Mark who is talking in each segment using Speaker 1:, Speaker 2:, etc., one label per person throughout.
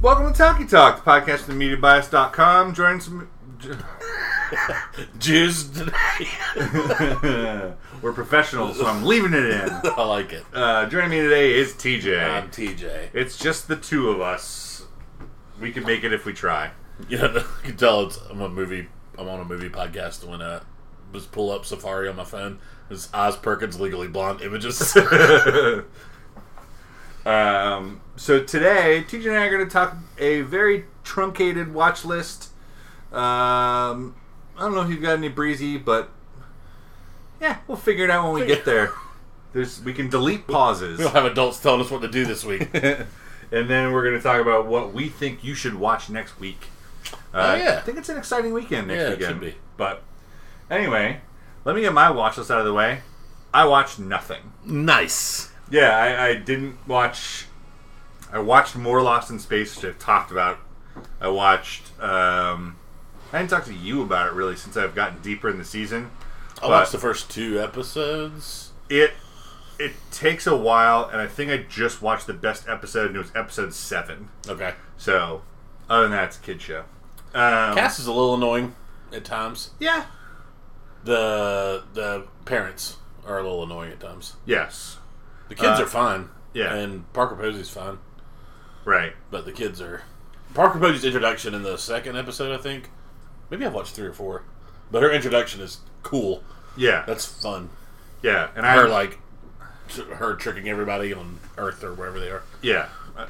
Speaker 1: Welcome to Talkie Talk, the podcast from MediaBias.com. Join some.
Speaker 2: Jizz.
Speaker 1: We're professionals, so I'm leaving it in.
Speaker 2: I like it.
Speaker 1: Uh, joining me today is TJ.
Speaker 2: I'm TJ.
Speaker 1: it's just the two of us. We can make it if we try.
Speaker 2: You know, you can tell it's, I'm a movie. I'm on a movie podcast when I just pull up Safari on my phone. It's Oz Perkins Legally Blonde images.
Speaker 1: um, so today, TJ and I are going to talk a very truncated watch list. Um, I don't know if you've got any breezy, but yeah, we'll figure it out when we get there. There's, we can delete pauses.
Speaker 2: we don't have adults telling us what to do this week.
Speaker 1: and then we're going to talk about what we think you should watch next week. Uh,
Speaker 2: Oh, yeah.
Speaker 1: I think it's an exciting weekend next
Speaker 2: Yeah, it
Speaker 1: weekend.
Speaker 2: should be.
Speaker 1: But anyway, let me get my watch list out of the way. I watched nothing.
Speaker 2: nice.
Speaker 1: Yeah, I, I didn't watch. I watched more Lost in Space, which I've talked about. I watched. Um, I didn't talk to you about it really since I've gotten deeper in the season.
Speaker 2: I watched the first two episodes.
Speaker 1: It it takes a while, and I think I just watched the best episode, and it was episode seven.
Speaker 2: Okay.
Speaker 1: So, other than that, it's a kid show. Um,
Speaker 2: Cass is a little annoying at times.
Speaker 1: yeah.
Speaker 2: The the parents are a little annoying at times.
Speaker 1: Yes.
Speaker 2: The kids
Speaker 1: Uh,
Speaker 2: are fine.
Speaker 1: yeah.
Speaker 2: And Parker Posey's fine.
Speaker 1: Right.
Speaker 2: But the kids are. Parker Posey's introduction in the second episode, I think. Maybe I've watched three or four. But her introduction is cool.
Speaker 1: Yeah.
Speaker 2: That's fun.
Speaker 1: yeah. And I
Speaker 2: Her, like, tr- her tricking everybody on Earth or wherever they are.
Speaker 1: Yeah. Uh,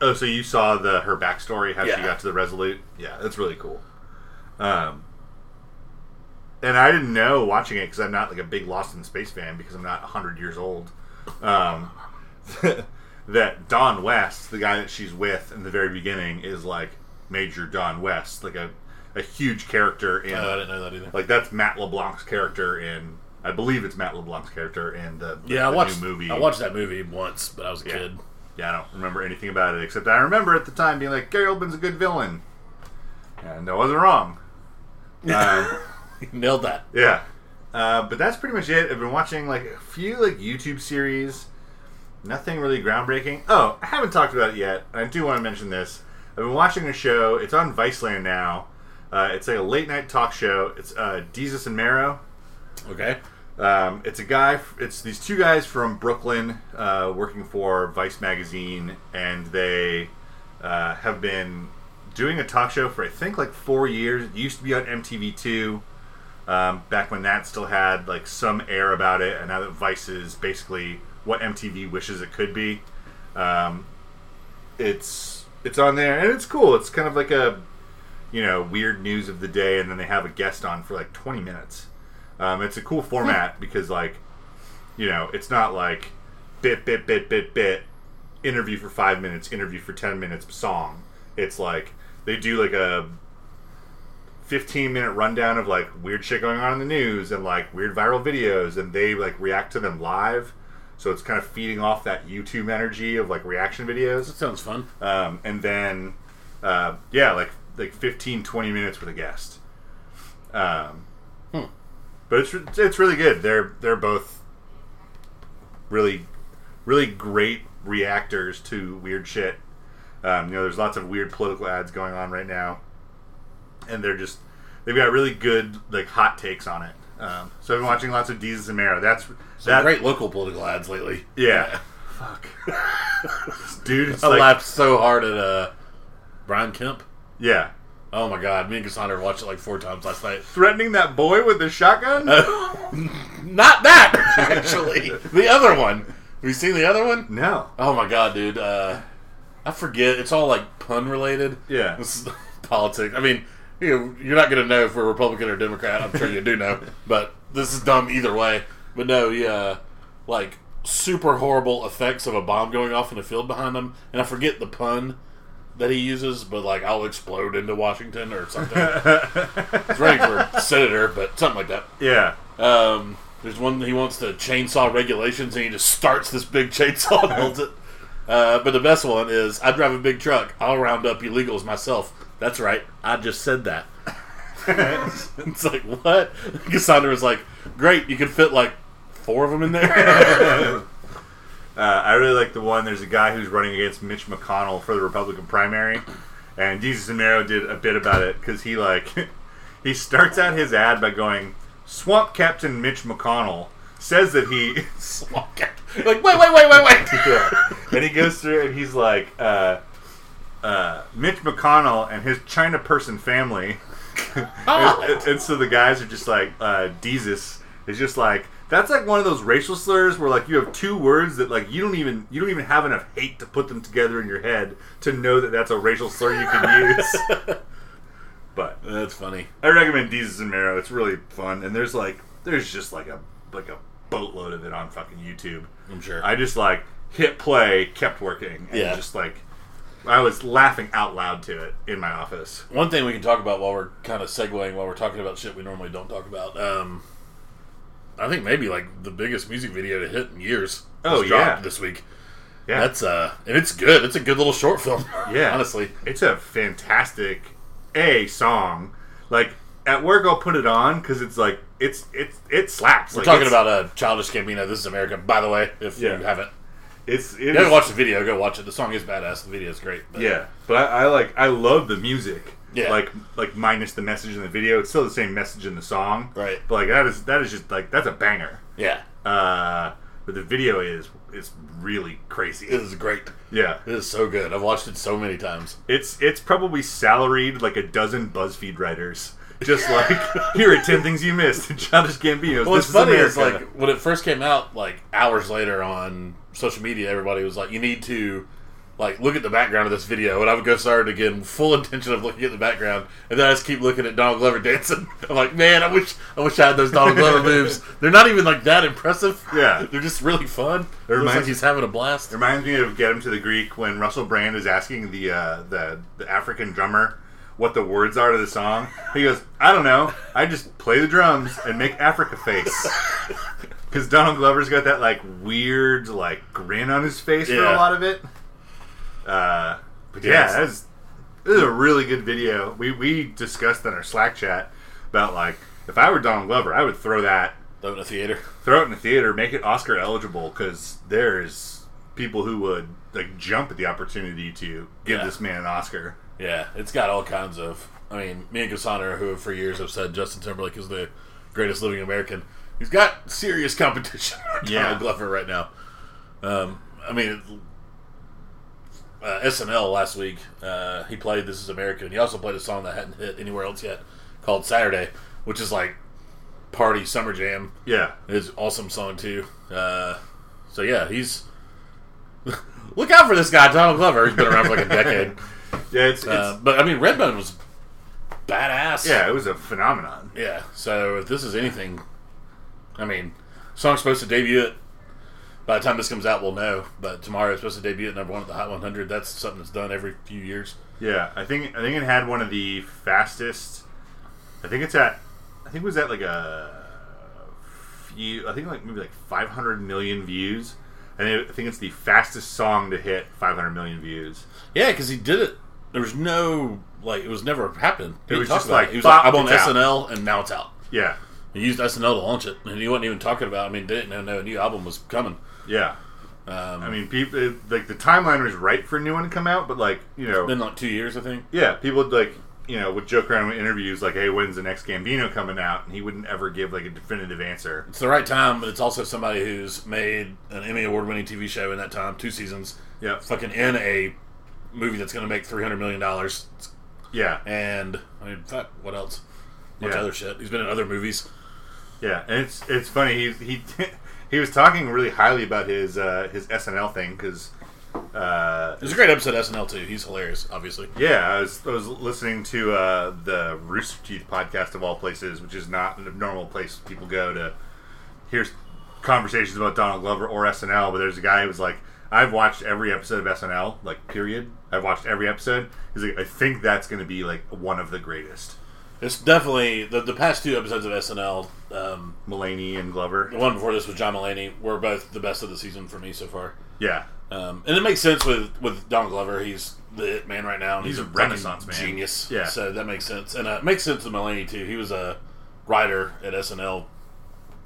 Speaker 1: Oh, so you saw the her backstory, how she
Speaker 2: Yeah.
Speaker 1: got to the Resolute? Yeah, that's really cool. Um, and I didn't know watching it because I'm not like a big Lost in Space fan because I'm not 100 years old. Um, that Don West, the guy that she's with in the very beginning, is like Major Don West, like a, a huge character in
Speaker 2: No, I didn't know Oh, that either.
Speaker 1: like that's Matt LeBlanc's character in I believe it's Matt LeBlanc's character in the, the-
Speaker 2: yeah, I
Speaker 1: the
Speaker 2: watched
Speaker 1: new movie.
Speaker 2: I watched that movie once, but I was a
Speaker 1: Yeah.
Speaker 2: kid.
Speaker 1: Yeah, I don't remember anything about it except I remember at the time being like, Gary Oldman's a good villain, and I wasn't wrong. Um,
Speaker 2: Nailed that.
Speaker 1: yeah, uh, but that's pretty much it. I've been watching like a few like YouTube series, nothing really groundbreaking. Oh, I haven't talked about it yet. and I do want to mention this. I've been watching a show. It's on Viceland now. Uh, it's like a late night talk show. It's uh, Jesus and Marrow.
Speaker 2: Okay.
Speaker 1: Um, it's a guy. It's these two guys from Brooklyn uh, working for Vice magazine, and they uh, have been doing a talk show for I think like four years. It used to be on MTV two, um, back when that still had like some air about it, and now that Vice is basically what MTV wishes it could be. Um, it's it's on there, and it's cool. It's kind of like a you know weird news of the day, and then they have a guest on for like twenty minutes. Um, it's a cool format because, like, you know, it's not like bit, bit, bit, bit, bit, interview for five minutes, interview for 10 minutes, song. It's like they do like a 15 minute rundown of like weird shit going on in the news and like weird viral videos, and they like react to them live. So it's kind of feeding off that YouTube energy of like reaction videos.
Speaker 2: That sounds fun.
Speaker 1: Um, and then, uh, yeah, like like 15, 20 minutes with a guest. Um,
Speaker 2: Hmm.
Speaker 1: But it's re- it's really good. They're they're both really really great reactors to weird shit. Um, you know, there's lots of weird political ads going on right now, and they're just they've got really good like hot takes on it. Um, so I've been watching lots of Jesus and Mero. That's
Speaker 2: Some
Speaker 1: that
Speaker 2: great local political ads lately.
Speaker 1: yeah. Fuck, dude. It's
Speaker 2: I
Speaker 1: like,
Speaker 2: laughed so hard at uh, Brian Kemp.
Speaker 1: Yeah,
Speaker 2: Oh my god, me and Cassandra watched it like four times last night.
Speaker 1: threatening that boy with the shotgun.
Speaker 2: Not that, actually. the other one. Have you seen the other one?
Speaker 1: no.
Speaker 2: Oh my god, dude. Uh, I forget. It's all like pun related.
Speaker 1: Yeah.
Speaker 2: This is politics. I mean, you know, you're not going to know if we're Republican or Democrat. I'm sure you do know. But this is dumb either way. But no, yeah. Like, super horrible effects of a bomb going off in the field behind him. And I forget the pun that he uses, but like, I'll explode into Washington or something. It's running for senator, but something like that.
Speaker 1: yeah.
Speaker 2: Um, there's one he wants to chainsaw regulations, and he just starts this big chainsaw and holds it. Uh, but the best one is I drive a big truck. I'll round up illegals myself. That's right. I just said that. it's like what? Cassandra was like, "Great, you can fit like four of them in there."
Speaker 1: Uh, I really like the one. There's a guy who's running against Mitch McConnell for the Republican primary, and Jesus and Mero did a bit about it because he like he starts out his ad by going, "Swamp Captain Mitch McConnell says that he
Speaker 2: like, wait, wait, wait, wait, wait.
Speaker 1: yeah. And he goes through and he's like, uh, uh, Mitch McConnell and his China person family. and, and- and so the guys are just like, uh, Jesus is just like, that's like one of those racial slurs where like you have two words that like you don't even you don't even have enough hate to put them together in your head to know that that's a racial slur you can use. but
Speaker 2: That's funny.
Speaker 1: I recommend Jesus and Marrow. It's really fun, and there's like there's just like a like a boatload of it on fucking YouTube.
Speaker 2: I'm sure.
Speaker 1: I just like hit play, kept working, and
Speaker 2: Yeah.
Speaker 1: just like I was laughing out loud to it in my office.
Speaker 2: One thing we can talk about while we're kind of segueing while we're talking about shit we normally don't talk about. Um, I think maybe like the biggest music video to hit in years.
Speaker 1: Oh,
Speaker 2: was dropped
Speaker 1: yeah.
Speaker 2: this week.
Speaker 1: Yeah.
Speaker 2: that's uh, and it's good. It's a good little short film.
Speaker 1: Yeah.
Speaker 2: honestly,
Speaker 1: It's a fantastic a song. Like at work, I'll put it on because it's like it's it's it slaps.
Speaker 2: we're
Speaker 1: Like,
Speaker 2: talking
Speaker 1: it's-
Speaker 2: about uh, Childish Gambino. This is America, by the way. If
Speaker 1: Yeah.
Speaker 2: you haven't,
Speaker 1: it's
Speaker 2: you haven't watched the video, go watch it. The song is badass. The video is great. But
Speaker 1: Yeah, but I, I like I love the music.
Speaker 2: Yeah.
Speaker 1: Like like minus the message in the video, it's still the same message in the song.
Speaker 2: Right.
Speaker 1: But like that is that is just like that's a banger.
Speaker 2: yeah,
Speaker 1: Uh, but the video is is really
Speaker 2: it
Speaker 1: crazy.
Speaker 2: is great.
Speaker 1: Yeah.
Speaker 2: It is so good. I've watched it so many times.
Speaker 1: It's it's probably salaried like a dozen BuzzFeed writers. Just like here are ten things you missed. Childish Gambino's.
Speaker 2: Well,
Speaker 1: this
Speaker 2: what's funny
Speaker 1: is
Speaker 2: is like
Speaker 1: America.
Speaker 2: when it first came out, like hours later on social media, everybody was like, "You need to like look at the background of this video." And I would go start it again, full intention of looking at the background, and then I just keep looking at Donald Glover dancing. I'm like, man, I wish I wish I had those Donald Glover moves. They're not even like that impressive.
Speaker 1: Yeah.
Speaker 2: they're just really fun. It looks
Speaker 1: reminds-
Speaker 2: like he's having a blast.
Speaker 1: It reminds me of Get Him to the Greek when Russell Brand is asking the uh, the the African drummer what the words are to the song. He goes, "I don't know. I just play the drums and make Africa face." Because Donald Glover's got that like weird like grin on his face for a
Speaker 2: Yeah.
Speaker 1: lot of it. Uh, but yeah,
Speaker 2: Yes.
Speaker 1: that's this is a really good video. We we discussed in our Slack chat about like if I were Donald Glover, I would throw that
Speaker 2: Though in a theater,
Speaker 1: throw it in the theater, make it Oscar eligible, because there's people who would like jump at the opportunity to give
Speaker 2: Yeah.
Speaker 1: this man an Oscar.
Speaker 2: yeah, it's got all kinds of. I mean, me and Cassandra, who for years have said Justin Timberlake is the greatest living American, he's got serious competition.
Speaker 1: Yeah.
Speaker 2: Donald Glover right now. Um, I mean, uh, SNL last week, uh, he played This Is America, and he also played a song that hadn't hit anywhere else yet called Saturday, which is like party summer jam.
Speaker 1: Yeah,
Speaker 2: It's an awesome song, too. Uh, so, yeah, he's. Look out for this guy, Donald Glover. He's been around for like a decade.
Speaker 1: yeah, it's, it's
Speaker 2: Uh, but, I mean, Redbone was badass.
Speaker 1: yeah, it was a phenomenon.
Speaker 2: Yeah. So if this is anything, I mean, song's supposed to debut it. By the time this comes out, we'll know. But tomorrow it's supposed to debut at number one at the Hot 100. That's something that's done every few years.
Speaker 1: Yeah, I think I think it had one of the fastest. I think it's at. I think it was at like a few. I think like maybe like 500 million views. And it- I think it's the fastest song to hit 500 million views.
Speaker 2: Yeah, because he did it. There was no like it was never happened. He
Speaker 1: It was
Speaker 2: talked
Speaker 1: just
Speaker 2: about
Speaker 1: like,
Speaker 2: it. he was
Speaker 1: bop,
Speaker 2: like, I'm on
Speaker 1: it's out."
Speaker 2: SNL and now it's out.
Speaker 1: Yeah,
Speaker 2: He used SNL to launch it, and he wasn't even talking about. I mean, they didn't know no new album was coming.
Speaker 1: yeah.
Speaker 2: Um,
Speaker 1: I mean, people it- like the timeline was right for a new one to come out, but like you know,
Speaker 2: been like two years, I think.
Speaker 1: Yeah, people would like you know would joke around with interviews like, "Hey, when's the next Gambino coming out?" And he wouldn't ever give like a definitive answer.
Speaker 2: It's the right time, but it's also somebody who's made an Emmy award-winning TV show in that time, two seasons.
Speaker 1: Yeah,
Speaker 2: fucking in a movie that's going to make three hundred million dollars,
Speaker 1: yeah,
Speaker 2: and I mean, fuck, what else? Bunch
Speaker 1: Yeah.
Speaker 2: of other shit. He's been in other movies.
Speaker 1: yeah. And it's it's funny. He he he was talking really highly about his uh, his SNL thing because uh,
Speaker 2: There's a great episode of SNL too. He's hilarious, obviously.
Speaker 1: yeah, I was I was listening to uh, the Rooster Teeth podcast of all places, which is not a normal place people go to hear conversations about Donald Glover or SNL. But there's a guy who was like, "I've watched every episode of SNL, like period. I've watched every episode." He's like, "I think that's going to be like one of the greatest."
Speaker 2: It's definitely the the past two episodes of SNL. Um,
Speaker 1: Mulaney and
Speaker 2: the
Speaker 1: Glover,
Speaker 2: one before this with John Mulaney were both the best of the season for me so far.
Speaker 1: yeah,
Speaker 2: Um, and it makes sense with with Don Glover. He's the hit man right now. And
Speaker 1: He's
Speaker 2: he's,
Speaker 1: a
Speaker 2: fucking
Speaker 1: renaissance man.
Speaker 2: genius.
Speaker 1: Yeah.
Speaker 2: so that makes sense, and uh, it makes sense with Mulaney too. He was a writer at SNL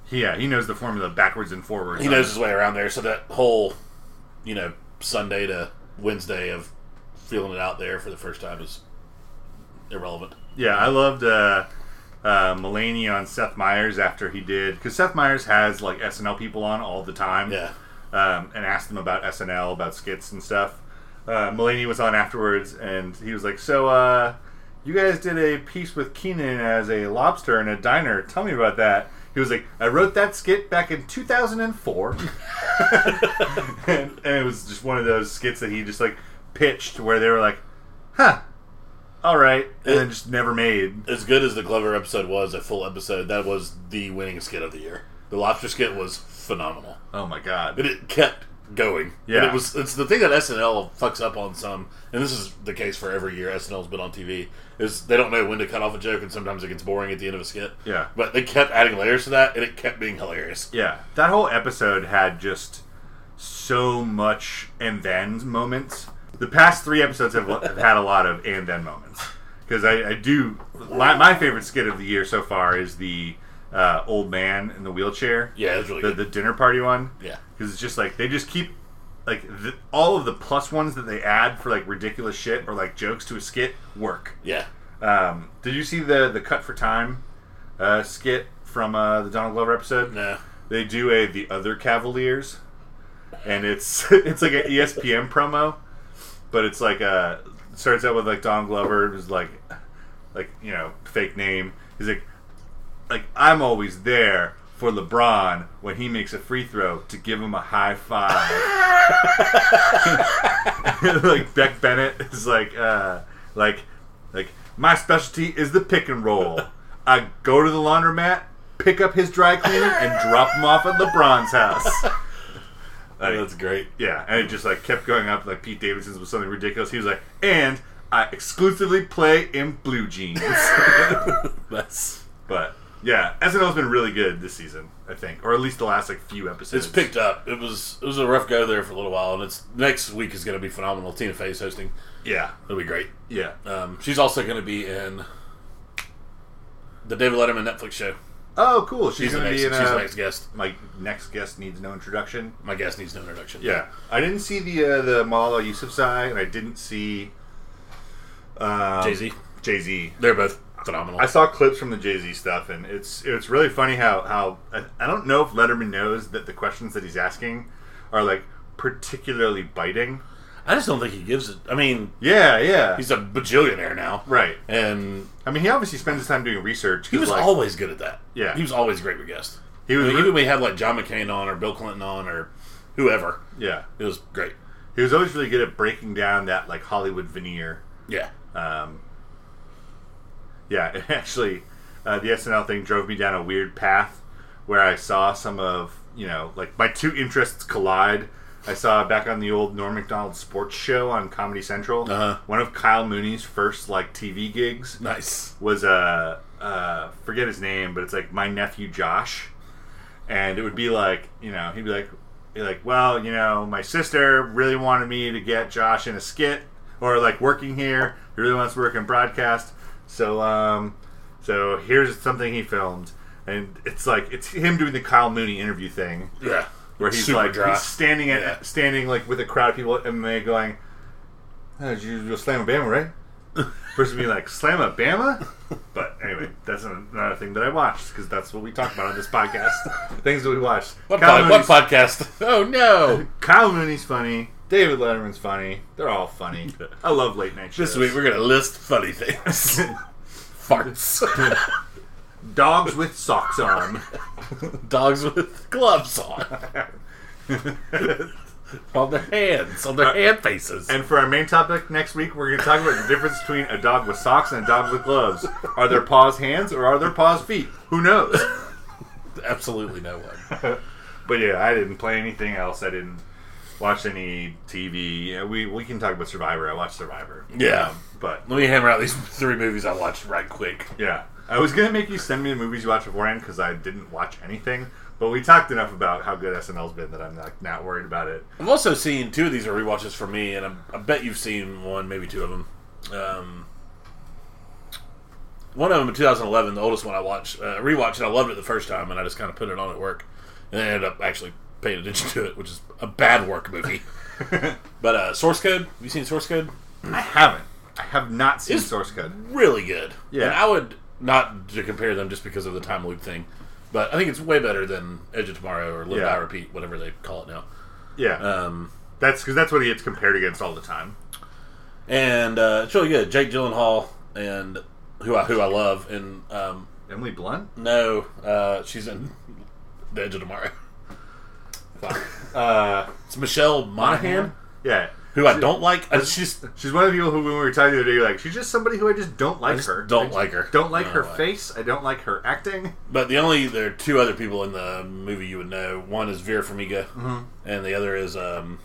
Speaker 1: yeah. He knows the formula backwards and forwards.
Speaker 2: he knows his way around there. So that whole you know Sunday to Wednesday of feeling it out there for the first time is irrelevant.
Speaker 1: Yeah, I loved uh, uh, Mulaney on Seth Meyers after he did because Seth Meyers has like SNL people on all the time.
Speaker 2: Yeah.
Speaker 1: um, and asked them about SNL, about skits and stuff. Uh, Mulaney was on afterwards, and he was like, "So, uh, you guys did a piece with Keenan as a lobster in a diner. Tell me about that." He was like, "I wrote that skit back in 2004," and, and it was just one of those skits that he just like pitched where they were like, "Huh." All right, and then just never made.
Speaker 2: As good as the Glover episode was, a full episode, that was the winning skit of the year. The lobster skit was phenomenal.
Speaker 1: Oh my god!
Speaker 2: And it kept going.
Speaker 1: Yeah.
Speaker 2: And it was it's the thing that SNL fucks up on some and this is the case for every year SNL's been on TV, is they don't know when to cut off a joke and sometimes it gets boring at the end of a skit.
Speaker 1: Yeah.
Speaker 2: But they kept adding layers to that and it kept being hilarious.
Speaker 1: Yeah, that whole episode had just so much and then moments. The past three episodes have, have had a lot of and then moments because I, I do my, my favorite skit of the year so far is the uh, old man in the wheelchair.
Speaker 2: Yeah, it was really
Speaker 1: the,
Speaker 2: good.
Speaker 1: the dinner party one.
Speaker 2: Yeah.
Speaker 1: because it's just like they just keep like the, all of the plus ones that they add for like ridiculous shit or like jokes to a skit work.
Speaker 2: Yeah.
Speaker 1: Um, did you see the the cut for time uh, skit from uh, the Donald Glover episode?
Speaker 2: No.
Speaker 1: they do a the other Cavaliers, and it's it's like E an ESPN promo, but it's like uh starts out with like Don Glover who's like like you know fake name. He's like like I'm always there for LeBron when he makes a free throw to give him a high five. like Beck Bennett is like uh like like my specialty is the pick and roll. I go to the laundromat, pick up his dry cleaner, and drop him off at LeBron's house. Like,
Speaker 2: That's great.
Speaker 1: yeah, and it just like kept going up. Like Pete Davidson's was something ridiculous. He was like, and I exclusively play in blue jeans.
Speaker 2: That's
Speaker 1: but yeah, SNL's been really good this season, I think, or at least the last like few episodes.
Speaker 2: It's picked up. It was it was a rough go there for a little while, and it's next week is going to be phenomenal. Tina Fey's hosting.
Speaker 1: Yeah,
Speaker 2: It'll be great.
Speaker 1: yeah.
Speaker 2: Um, she's also going to be in the David Letterman Netflix show.
Speaker 1: Oh, cool. She's,
Speaker 2: She's the
Speaker 1: gonna
Speaker 2: next.
Speaker 1: be in.
Speaker 2: she's the
Speaker 1: uh,
Speaker 2: next guest.
Speaker 1: my next guest needs no introduction.
Speaker 2: My guest needs no introduction.
Speaker 1: Yeah, I didn't see the uh, the Malala Yousafzai, and I didn't see um,
Speaker 2: Jay Z.
Speaker 1: Jay Z.
Speaker 2: They're both phenomenal.
Speaker 1: I saw clips from the Jay Z stuff, and it's it's really funny how how I, I don't know if Letterman knows that the questions that he's asking are like particularly biting.
Speaker 2: I just don't think he gives it. I mean,
Speaker 1: Yeah, yeah,
Speaker 2: he's a bajillionaire now,
Speaker 1: right.
Speaker 2: and
Speaker 1: I mean, he obviously spends his time doing research.
Speaker 2: he was
Speaker 1: like,
Speaker 2: always good at that.
Speaker 1: Yeah.
Speaker 2: he was always a great with guests.
Speaker 1: he was
Speaker 2: I mean,
Speaker 1: re-
Speaker 2: even when we had like John McCain on or Bill Clinton on or whoever,
Speaker 1: yeah,
Speaker 2: it was great.
Speaker 1: he was always really good at breaking down that like Hollywood veneer.
Speaker 2: Yeah,
Speaker 1: Um, yeah, it actually, uh, the SNL thing drove me down a weird path where I saw some of, you know, like my two interests collide. I saw back on the old Norm MacDonald sports show on Comedy Central,
Speaker 2: Uh-huh.
Speaker 1: one of Kyle Mooney's first, like, TV gigs
Speaker 2: nice.
Speaker 1: was uh, uh, forget his name, but it's like my nephew Josh, and it would be like you know he'd be like he'd be like well you know my sister really wanted me to get Josh in a skit or like working here. He really wants to work in broadcast, so um, so here's something he filmed, and it's like it's him doing the Kyle Mooney interview thing
Speaker 2: Yeah,
Speaker 1: where he's
Speaker 2: Super
Speaker 1: like
Speaker 2: dry.
Speaker 1: he's standing at
Speaker 2: Yeah.
Speaker 1: standing like with a crowd of people at MMA going, oh, "Did you just slam a Bama, right?" Person being like, "Slam a Bama," but anyway, that's an- another thing that I watched because that's what we talk about on this podcast. Things that we watched.
Speaker 2: What,
Speaker 1: Kyle,
Speaker 2: pod, what
Speaker 1: Mooney's,
Speaker 2: podcast? Oh no!
Speaker 1: Kyle Mooney's funny. David Letterman's funny. They're all funny. I love late night shows.
Speaker 2: this week we're gonna list funny things. Farts.
Speaker 1: dogs with socks on.
Speaker 2: Dogs with gloves on. on their hands, on their hand faces.
Speaker 1: And for our main topic next week, we're going to talk about the difference between a dog with socks and a dog with gloves. Are their paws hands or are their paws feet? Who knows?
Speaker 2: Absolutely no one.
Speaker 1: But yeah, I didn't play anything else. I didn't watch any TV. Yeah, We we can talk about Survivor. I watched Survivor. Um,
Speaker 2: Yeah.
Speaker 1: but
Speaker 2: Let me hammer out these three movies I watched right quick.
Speaker 1: yeah, I was gonna make you send me the movies you watched beforehand because I didn't watch anything. But we talked enough about how good SNL's been that I'm not not worried about it.
Speaker 2: I've also seen two of these are rewatches for me, and I'm, I bet you've seen one, maybe two of them. Um, one of them in 2011, the oldest one I watched, uh, rewatched, and I loved it the first time, and I just kind of put it on at work, and I ended up actually paying attention to it, which is a bad work movie. But uh, Source Code, have you seen Source Code?
Speaker 1: I haven't. I have not seen
Speaker 2: It's-
Speaker 1: source code.
Speaker 2: Really good.
Speaker 1: Yeah.
Speaker 2: And I would not to compare them just because of the time loop thing, but I think it's way better than Edge of Tomorrow or Live
Speaker 1: Yeah.
Speaker 2: Die Repeat, whatever they call it now.
Speaker 1: Yeah,
Speaker 2: Um,
Speaker 1: that's because that's what he gets compared against all the time.
Speaker 2: and uh, it's really good. Jake Gyllenhaal and who I who I love and um,
Speaker 1: Emily Blunt.
Speaker 2: no, uh, she's in The Edge of Tomorrow. Fuck.
Speaker 1: Uh,
Speaker 2: It's Michelle Monaghan,
Speaker 1: Uh-huh. yeah,
Speaker 2: who I don't like. I just
Speaker 1: she's one of the people who, when we were talking the other day, like she's just somebody who I just don't like
Speaker 2: just
Speaker 1: her.
Speaker 2: don't
Speaker 1: I just
Speaker 2: like her.
Speaker 1: Don't like
Speaker 2: No
Speaker 1: her
Speaker 2: way.
Speaker 1: face. I don't like her acting.
Speaker 2: But the only there are two other people in the movie you would know. One is Vera Farmiga, and the other is um,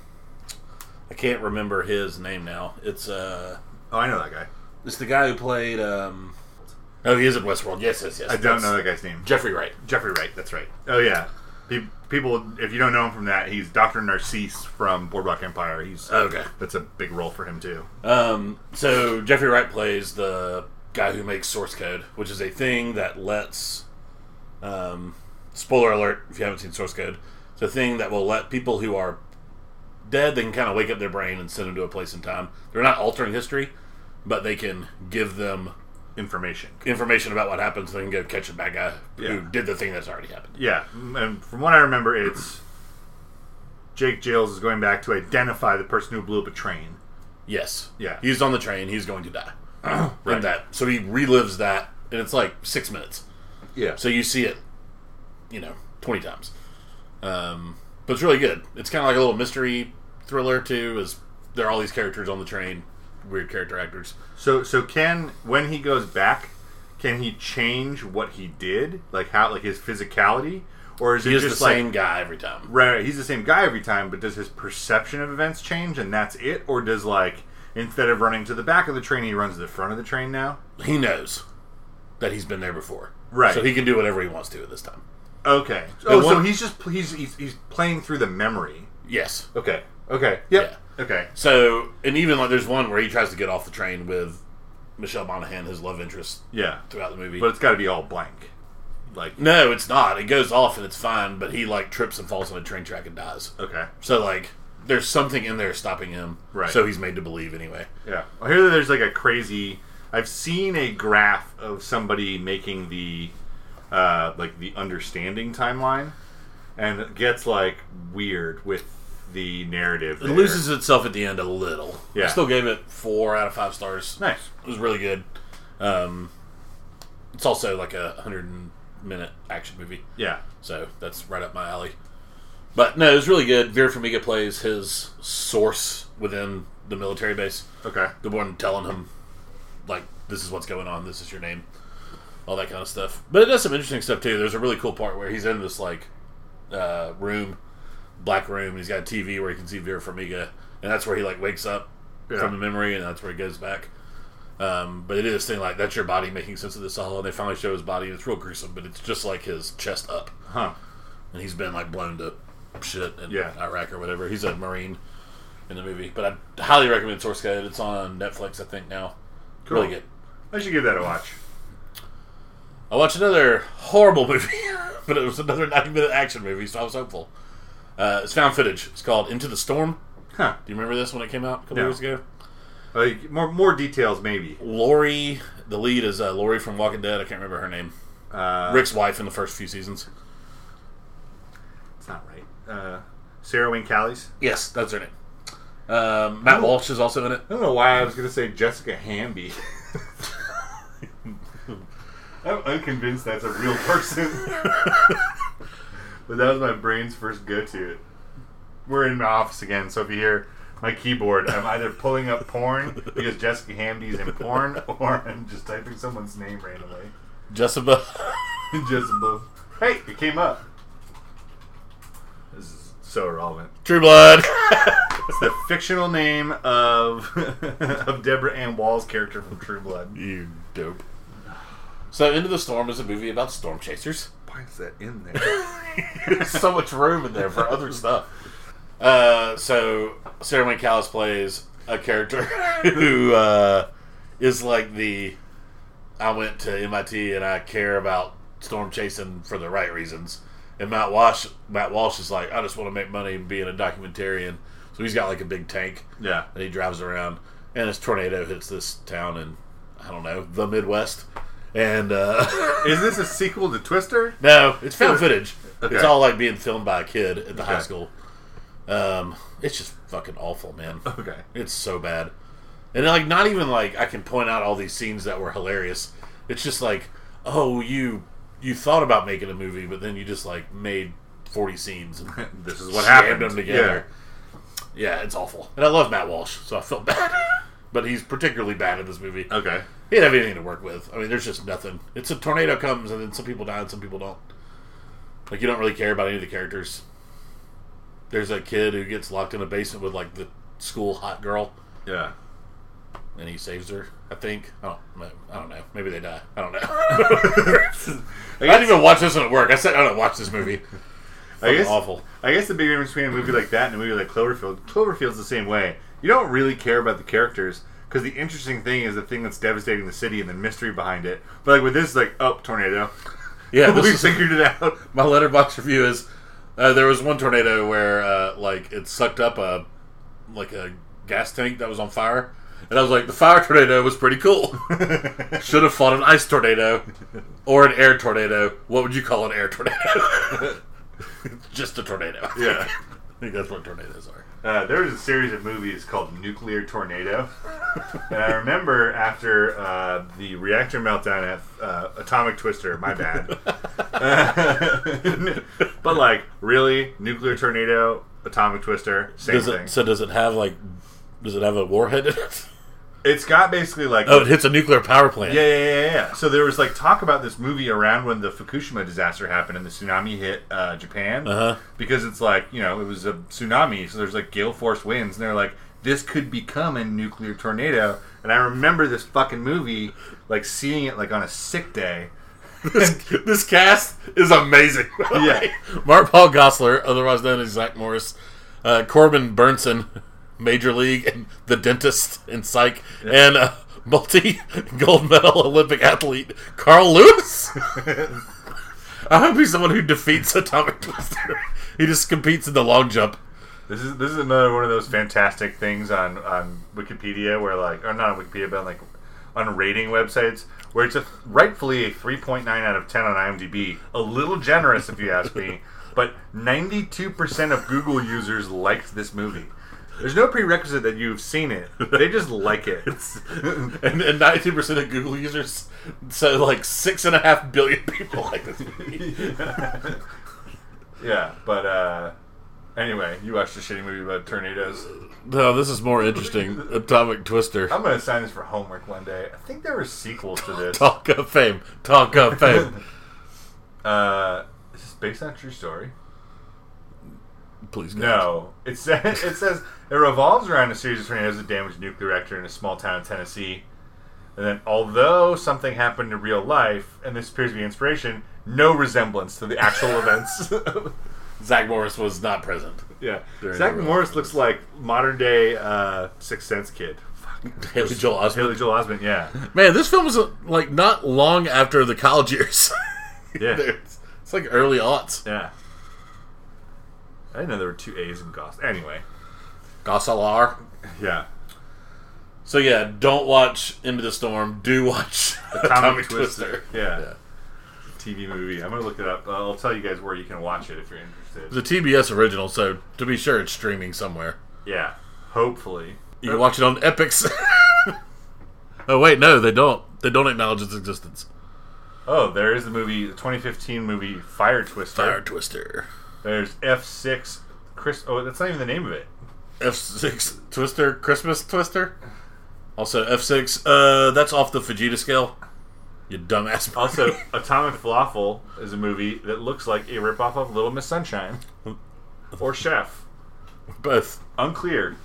Speaker 2: I can't remember his name now. It's uh,
Speaker 1: Oh, I know that guy.
Speaker 2: it's the guy who played um, oh he is in Westworld. Yes, yes, yes.
Speaker 1: I don't
Speaker 2: That's
Speaker 1: know that guy's name.
Speaker 2: Jeffrey Wright.
Speaker 1: Jeffrey Wright. That's right. Oh yeah. Pe- People, if you don't know him from that, he's Doctor Narcisse from Boardwalk Empire. He's
Speaker 2: Oh, Okay.
Speaker 1: That's a big role for him too.
Speaker 2: Um, so Jeffrey Wright plays the guy who makes source code, which is a thing that lets. Um, spoiler alert! If you haven't seen source code, it's a thing that will let people who are dead they can kind of wake up their brain and send them to a place in time. They're not altering history, but they can give them
Speaker 1: Information.
Speaker 2: information about what happens. So they can go catch a bad guy who
Speaker 1: Yeah.
Speaker 2: did the thing that's already happened.
Speaker 1: Yeah, and from what I remember, it's Jake Giles is going back to identify the person who blew up a train.
Speaker 2: Yes.
Speaker 1: Yeah.
Speaker 2: He's on the train. He's going to die. Read that. So he relives that, and it's like six minutes.
Speaker 1: Yeah.
Speaker 2: So you see it, you know, 20 times. Um, but it's really good. It's kind of like a little mystery thriller, too, is there are all these characters on the train, weird character actors.
Speaker 1: So so can when he goes back, can he change what he did, like how like his physicality, or is
Speaker 2: He
Speaker 1: it
Speaker 2: is the
Speaker 1: just like
Speaker 2: same guy every time.
Speaker 1: right, right, he's the same guy every time, but does his perception of events change and that's it, or does like instead of running to the back of the train, he runs to the front of the train now?
Speaker 2: He knows that he's been there before.
Speaker 1: Right.
Speaker 2: So he can do whatever he wants to at this time.
Speaker 1: Okay. Oh, so
Speaker 2: one-
Speaker 1: he's just pl- he's, he's he's playing through the memory.
Speaker 2: Yes.
Speaker 1: Okay. Okay. Yep. Okay.
Speaker 2: So, and even like there's one where he tries to get off the train with Michelle Monaghan, his love interest,
Speaker 1: Yeah.
Speaker 2: throughout the movie.
Speaker 1: But it's got to be all blank. Like
Speaker 2: no, it's not. It goes off and it's fine, but he like trips and falls on a train track and dies.
Speaker 1: okay.
Speaker 2: So like, there's something in there stopping him.
Speaker 1: Right.
Speaker 2: So he's made to believe anyway.
Speaker 1: Yeah. I hear that there's like a crazy. I've seen a graph of somebody making the uh, like the understanding timeline, and it gets like weird with the narrative.
Speaker 2: It
Speaker 1: there.
Speaker 2: loses itself at the end a little.
Speaker 1: Yeah.
Speaker 2: I still gave it four out of five stars.
Speaker 1: Nice.
Speaker 2: It was really good. Um, it's also like a hundred minute action movie,
Speaker 1: Yeah.
Speaker 2: so that's right up my alley. But no, it was really good. Vera Farmiga plays his source within the military base.
Speaker 1: Okay.
Speaker 2: the one telling him like this is what's going on this is your name all that kind of stuff but it does some interesting stuff too there's a really cool part where he's in this like uh, room black room and he's got a tv where he can see vera farmiga and that's where he like wakes up
Speaker 1: Yeah.
Speaker 2: from the memory and that's where he goes back um, but it is this thing like that's your body making sense of this all and they finally show his body and it's real gruesome but it's just like his chest up
Speaker 1: Huh.
Speaker 2: and he's been like blown to shit in
Speaker 1: Yeah.
Speaker 2: Iraq or whatever. He's a Marine in the movie, but I highly recommend Source Code. It's on Netflix, I think now. Really
Speaker 1: Cool.
Speaker 2: good.
Speaker 1: I should give that a watch.
Speaker 2: I watched another horrible movie, but it was another 90 minute action movie, so I was hopeful. Uh, it's found footage. It's called Into the Storm.
Speaker 1: Huh.
Speaker 2: Do you remember this when it came out a couple
Speaker 1: No.
Speaker 2: years ago?
Speaker 1: Like more more details maybe.
Speaker 2: Lori, the lead is uh, Lori from Walking Dead. I can't remember her name.
Speaker 1: Uh,
Speaker 2: Rick's wife in the first few seasons.
Speaker 1: It's not right. Uh, Sarah Wayne Callies.
Speaker 2: Yes, that's her name. Um, Matt
Speaker 1: Oh.
Speaker 2: Walsh is also in it.
Speaker 1: I don't know why I was going to say Jessica Hamby. I'm unconvinced that's a real person. but that was my brain's first go to. We're in my office again, so if you hear my keyboard, I'm either pulling up porn because Jessica Hamby's in porn, or I'm just typing someone's name randomly.
Speaker 2: Jessica.
Speaker 1: just boom. Hey, it came up. This is so relevant.
Speaker 2: True Blood.
Speaker 1: It's the fictional name of of Deborah Ann Wall's character from True Blood.
Speaker 2: You dope. So, Into the Storm is a movie about storm chasers.
Speaker 1: Why is that in there?
Speaker 2: There's so much room in there for other stuff. Uh, so, Sarah Wayne Callis plays a character who uh, is like the I went to MIT and I care about storm chasing for the right reasons. And Matt Walsh, Matt Walsh is like, I just want to make money and being a documentarian. So he's got like a big tank
Speaker 1: Yeah.
Speaker 2: that he drives around, and this tornado hits this town in I don't know the Midwest, and uh,
Speaker 1: Is this a sequel to Twister?
Speaker 2: no, it's found footage.
Speaker 1: Okay.
Speaker 2: It's all like being filmed by a kid at the high
Speaker 1: Okay.
Speaker 2: school. Um, it's just fucking awful, man.
Speaker 1: Okay.
Speaker 2: It's so bad. And like not even like I can point out all these scenes that were hilarious. It's just like, oh, you you thought about making a movie, but then you just like made forty scenes and
Speaker 1: This is what
Speaker 2: jammed
Speaker 1: happened.
Speaker 2: them together. Yeah. it's awful. And I love Matt Walsh, so I felt bad. but he's particularly bad in this movie.
Speaker 1: Yeah. Okay.
Speaker 2: He didn't have anything to work with. I mean, there's just nothing. It's a tornado comes and then some people die and some people don't. Like you don't really care about any of the characters. There's that kid who gets locked in a basement with like the school hot girl
Speaker 1: Yeah.
Speaker 2: and he saves her. I think. I don't. I don't know. Maybe they die. I don't know. I didn't even watch this one at work. I said I don't watch this movie.
Speaker 1: I guess,
Speaker 2: awful.
Speaker 1: I guess the big difference between a movie like that and a movie like Cloverfield, Cloverfield's the same way. You don't really care about the characters because the interesting thing is the thing that's devastating the city and the mystery behind it. But like with this, like oh tornado,
Speaker 2: Yeah,
Speaker 1: we
Speaker 2: this is,
Speaker 1: figured it out.
Speaker 2: my letterbox review is uh, there was one tornado where uh, like it sucked up a like a gas tank that was on fire, and I was like, the fire tornado was pretty cool. Should have fought an ice tornado or an air tornado. What would you call an air tornado? Just a tornado.
Speaker 1: Yeah.
Speaker 2: I think that's what tornadoes are.
Speaker 1: Uh, there was a series of movies called Nuclear Tornado, and I remember after uh, the reactor meltdown at uh, Atomic Twister. My bad. but like, really, Nuclear Tornado, Atomic Twister, same
Speaker 2: Does
Speaker 1: thing.
Speaker 2: it, so does it have like? Does it have a warhead in it?
Speaker 1: it's got basically like
Speaker 2: Oh, it hits a nuclear power plant.
Speaker 1: Yeah, yeah, yeah, yeah. So there was like talk about this movie around when the Fukushima disaster happened and the tsunami hit uh, Japan
Speaker 2: Uh-huh.
Speaker 1: because it's like you know it was a tsunami, so there's like gale force winds, and they're like this could become a nuclear tornado. And I remember this fucking movie, like seeing it like on a sick day.
Speaker 2: this, this cast is amazing.
Speaker 1: Yeah.
Speaker 2: Mark Paul Gossler, otherwise known as Zach Morris, uh, Corbin Burnson, Major League, and the dentist in Psych, and uh, multi gold medal Olympic athlete Carl Lewis. I hope he's the one who defeats Atomic Twister. He just competes in the long jump.
Speaker 1: This is this is another one of those fantastic things on on Wikipedia where like or not on Wikipedia but on, like on rating websites where it's a rightfully a 3.9 out of 10 on IMDb. A little generous if you ask me, but 92% of Google users liked this movie. There's no prerequisite that you've seen it. They just like it.
Speaker 2: And and ninety percent of Google users, so like six and a half billion people like this movie.
Speaker 1: yeah, but uh anyway, you watched a shitty movie about tornadoes.
Speaker 2: No, this is more interesting. Atomic Twister.
Speaker 1: I'm going to sign this for homework one day. I think there were sequels to this.
Speaker 2: Talk of fame. Talk of fame.
Speaker 1: Uh, is this based on a true story?
Speaker 2: Please go.
Speaker 1: No. It says it says it revolves around a series of tornadoes that damaged a nuclear reactor in a small town in Tennessee. And then, although something happened in real life, and this appears to be inspiration, no resemblance to the actual events.
Speaker 2: Zach Morris was not present.
Speaker 1: yeah,
Speaker 2: During
Speaker 1: Zach
Speaker 2: the-
Speaker 1: Morris looks like modern day uh, Sixth Sense kid.
Speaker 2: Haley Joel Osment.
Speaker 1: Haley Joel Osment, yeah,
Speaker 2: Man, this film was uh, like not long after the college years.
Speaker 1: yeah,
Speaker 2: it's it's like early aughts.
Speaker 1: yeah. I didn't know there were two A's in Goss. Anyway,
Speaker 2: Gossalar.
Speaker 1: yeah,
Speaker 2: So yeah, don't watch Into the Storm. Do watch Atomic, Twister.
Speaker 1: yeah.
Speaker 2: Yeah.
Speaker 1: TV movie. I'm gonna look it up. Uh, I'll tell you guys where you can watch it if you're interested.
Speaker 2: It's a TBS original, so to be sure, it's streaming somewhere.
Speaker 1: Yeah, hopefully.
Speaker 2: You can watch it on Epics. oh wait, no, they don't. They don't acknowledge its existence.
Speaker 1: Oh, there is the movie, the 2015 movie Fire Twister.
Speaker 2: Fire Twister.
Speaker 1: There's F6. Chris. Oh, that's not even the name of it.
Speaker 2: F six Twister Christmas Twister. Also F six. Uh, that's off the Fujita scale. You dumbass.
Speaker 1: Also, Atomic Falafel is a movie that looks like a ripoff of Little Miss Sunshine or Chef.
Speaker 2: both.
Speaker 1: Unclear.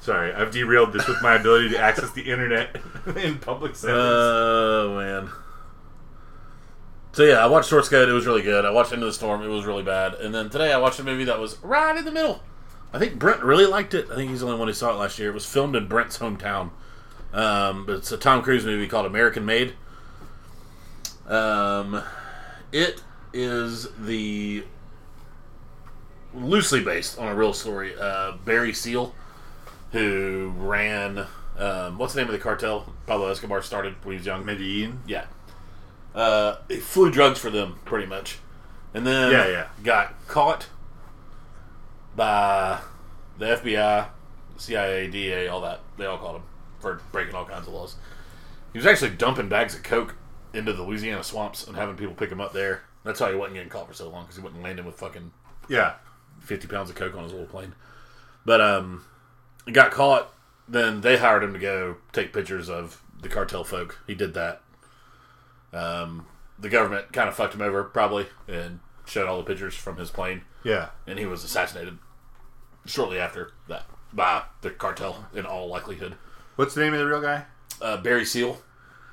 Speaker 1: Sorry, I've derailed this with my ability to access the internet in public settings.
Speaker 2: Oh man. So yeah, I watched Source Code. It was really good. I watched Into the Storm. It was really bad. And then today I watched a movie that was right in the middle. I think Brent really liked it. I think he's the only one who saw it last year. It was filmed in Brent's hometown. Um, but it's a Tom Cruise movie called American Made. Um, it is the loosely based on a real story. Uh, Barry Seal, who ran um, what's the name of the cartel Pablo Escobar started when he was young?
Speaker 1: Medellin.
Speaker 2: Yeah. Uh, he flew drugs for them, pretty much. And then
Speaker 1: Yeah, yeah.
Speaker 2: got caught by the FBI, CIA, DA, all that. They all caught him for breaking all kinds of laws. He was actually dumping bags of coke into the Louisiana swamps and having people pick him up there. That's why he wasn't getting caught for so long, because he wasn't landing with fucking
Speaker 1: Yeah.
Speaker 2: 50 pounds of coke on his little plane. But um, he got caught. Then they hired him to go take pictures of the cartel folk. He did that. Um, the government kind of fucked him over, probably, and showed all the pictures from his plane.
Speaker 1: Yeah.
Speaker 2: And he was assassinated shortly after that by the cartel, in all likelihood.
Speaker 1: What's the name of the real guy?
Speaker 2: Uh, Barry Seal,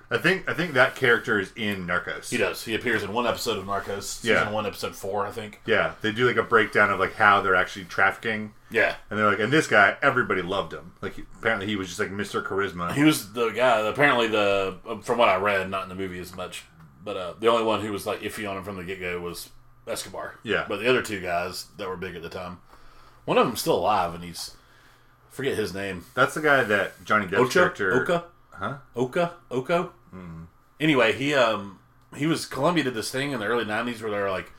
Speaker 1: I think I think that character is in Narcos.
Speaker 2: he does. He appears in one episode of Narcos, season
Speaker 1: Yeah.
Speaker 2: one, episode four, I think.
Speaker 1: Yeah, they do like a breakdown of like how they're actually trafficking,
Speaker 2: Yeah.
Speaker 1: and they're like, and this guy, everybody loved him. Like he- apparently he was just like Mr. Charisma.
Speaker 2: He was the guy. Apparently, the um, from what I read, not in the movie as much, but uh, the only one who was like iffy on him from the get go was Escobar.
Speaker 1: Yeah.
Speaker 2: but the other two guys that were big at the time, one of them's still alive, and he's I forget his name.
Speaker 1: That's the guy that Johnny Depp's
Speaker 2: Ocha,
Speaker 1: character.
Speaker 2: Oka,
Speaker 1: Huh?
Speaker 2: Oka, Oko. Anyway, he um he was Columbia did this thing in the early '90s where they were like,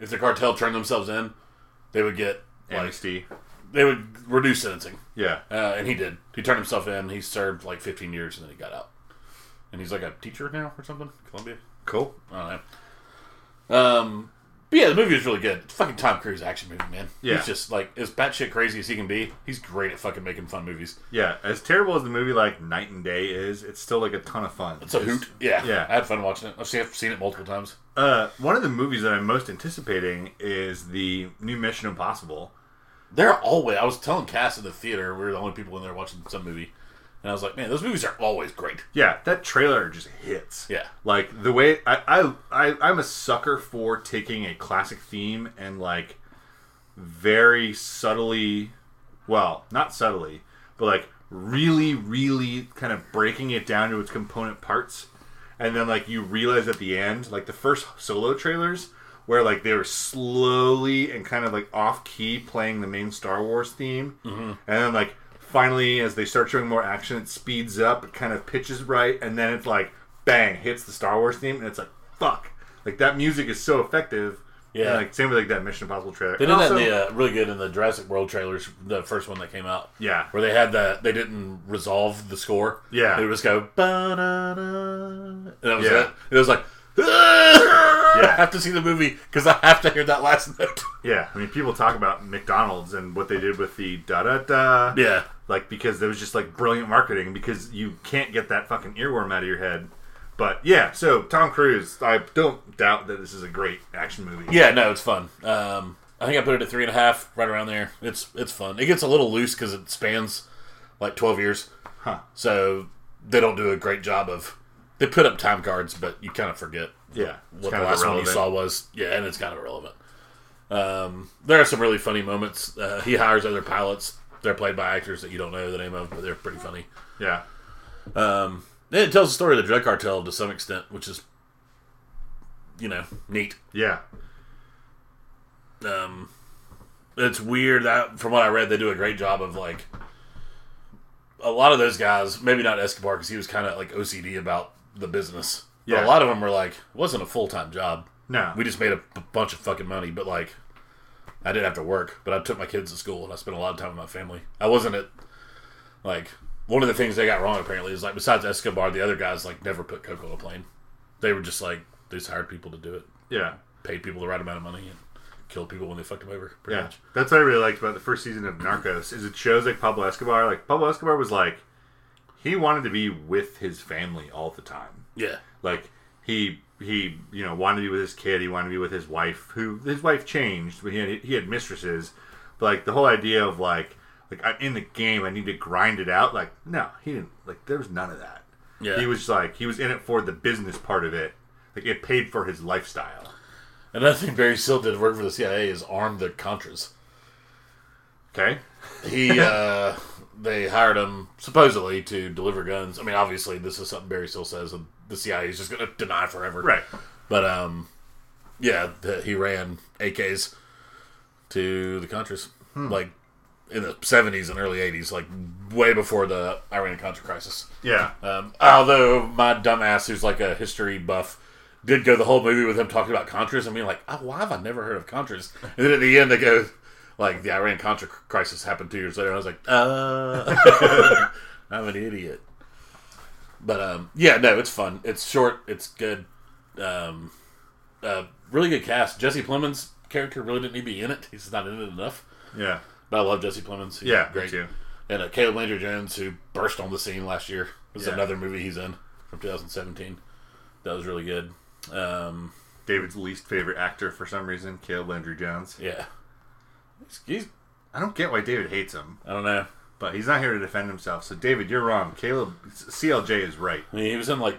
Speaker 2: if the cartel turned themselves in, they would get like
Speaker 1: Amnesty.
Speaker 2: they would reduce sentencing.
Speaker 1: Yeah.
Speaker 2: Uh, and he did. He turned himself in. He served like 15 years and then he got out. And he's like a teacher now or something. Columbia.
Speaker 1: Cool.
Speaker 2: I don't know. Um, but yeah, the movie is really good. It's a fucking Tom Cruise action movie, man.
Speaker 1: Yeah.
Speaker 2: He's just like as batshit crazy as he can be. He's great at fucking making fun movies.
Speaker 1: Yeah. As terrible as the movie like Night and Day is, it's still like a ton of fun.
Speaker 2: It's a hoot. Yeah.
Speaker 1: Yeah.
Speaker 2: I had fun watching it. I've seen, I've seen it multiple times.
Speaker 1: Uh, one of the movies that I'm most anticipating is the new Mission Impossible.
Speaker 2: They're always. I was telling Cass in the theater, we were the only people in there watching some movie, and I was like, man, those movies are always great.
Speaker 1: Yeah, that trailer just hits.
Speaker 2: Yeah.
Speaker 1: Like the way I I, I I'm a sucker for taking a classic theme and like very subtly well, not subtly, but like really, really kind of breaking it down to its component parts. And then like you realize at the end, like the first solo trailers where like they were slowly and kind of like off key playing the main Star Wars theme.
Speaker 2: Mm-hmm.
Speaker 1: And then like finally as they start showing more action, it speeds up, it kind of pitches right, and then it's like bang, hits the Star Wars theme and it's like fuck. Like that music is so effective.
Speaker 2: Yeah.
Speaker 1: And, like same with like that Mission Impossible trailer.
Speaker 2: They did that in the uh, really good in the Jurassic World trailers, the first one that came out.
Speaker 1: Yeah.
Speaker 2: where they had that they didn't resolve the score.
Speaker 1: Yeah.
Speaker 2: they would just go "Ba-da-da," and that was
Speaker 1: Yeah.
Speaker 2: it. It was like. I
Speaker 1: Yeah.
Speaker 2: have to see the movie because I have to hear that last note.
Speaker 1: Yeah, I mean, people talk about McDonald's and what they did with the da da da.
Speaker 2: Yeah,
Speaker 1: Like, because it was just like brilliant marketing because you can't get that fucking earworm out of your head. But yeah, so Tom Cruise, I don't doubt that this is a great action movie.
Speaker 2: yeah, no, it's fun. Um, I think I put it at three and a half, right around there. It's it's fun. It gets a little loose because it spans like twelve years,
Speaker 1: Huh.
Speaker 2: so they don't do a great job of. They put up time cards, but you kind of forget
Speaker 1: Yeah. it's
Speaker 2: what the
Speaker 1: kind of
Speaker 2: last one you
Speaker 1: irrelevant.
Speaker 2: saw was. Yeah, and it's kind of irrelevant. Um, there are some really funny moments. Uh, he hires other pilots. They're played by actors that you don't know the name of, but they're pretty funny.
Speaker 1: Yeah.
Speaker 2: Um, and it tells the story of the drug cartel to some extent, which is, you know, neat.
Speaker 1: Yeah.
Speaker 2: Um, it's weird that, from what I read, they do a great job of like a lot of those guys. Maybe not Escobar because he was kind of like OCD about the business. But
Speaker 1: Yeah.
Speaker 2: a lot of them were like, it wasn't a full time job.
Speaker 1: No.
Speaker 2: We just made a b- bunch of fucking money, but like, I didn't have to work. But I took my kids to school and I spent a lot of time with my family. I wasn't at like one of the things they got wrong apparently is like besides Escobar, the other guys like never put coke on a plane. They were just like they just hired people to do it,
Speaker 1: yeah.
Speaker 2: paid people the right amount of money, and killed people when they fucked them over. Pretty
Speaker 1: Yeah.
Speaker 2: much.
Speaker 1: That's what I really liked about the first season of Narcos is it shows like Pablo Escobar. Like, Pablo Escobar was like, he wanted to be with his family all the time.
Speaker 2: Yeah,
Speaker 1: like he he you know wanted to be with his kid he wanted to be with his wife who his wife changed but he had he had mistresses but like the whole idea of like like i'm in the game i need to grind it out like no he didn't like there was none of that
Speaker 2: Yeah.
Speaker 1: he was like he was in it for the business part of it like it paid for his lifestyle
Speaker 2: another thing Barry Seal did work for the CIA is arm the Contras.
Speaker 1: okay
Speaker 2: He uh, they hired him supposedly to deliver guns. I mean, obviously this is something Barry Seal says, and the CIA is just going to deny forever.
Speaker 1: right
Speaker 2: But um, yeah, the, he ran AKs to the countries, like in the seventies and early eighties, like way before the Iran Contra crisis.
Speaker 1: Yeah.
Speaker 2: Um, although my dumbass, who's like a history buff, did go the whole movie with him talking about Contras and being like, oh, "Why have I never heard of Contras?" And then at the end, they go, "Like the Iran Contra crisis happened two years later." And I was like, "Uh, I'm an idiot." But um, yeah, no, it's fun. It's short. It's good. Um, uh, really good cast. Jesse Plemons' character really didn't need to be in it. He's not in it enough.
Speaker 1: Yeah.
Speaker 2: But I love Jesse Plemons. He's
Speaker 1: Yeah, me too.
Speaker 2: And uh, Caleb Landry Jones, who burst on the scene last year, was
Speaker 1: Yeah.
Speaker 2: another movie he's in from 2017. That was really good. Um,
Speaker 1: David's least favorite actor for some reason, Caleb Landry Jones.
Speaker 2: yeah, he's, he's
Speaker 1: I don't get why David hates him,
Speaker 2: I don't know.
Speaker 1: but he's not here to defend himself. So David, you're wrong. Caleb CLJ is right.
Speaker 2: I mean, he was in like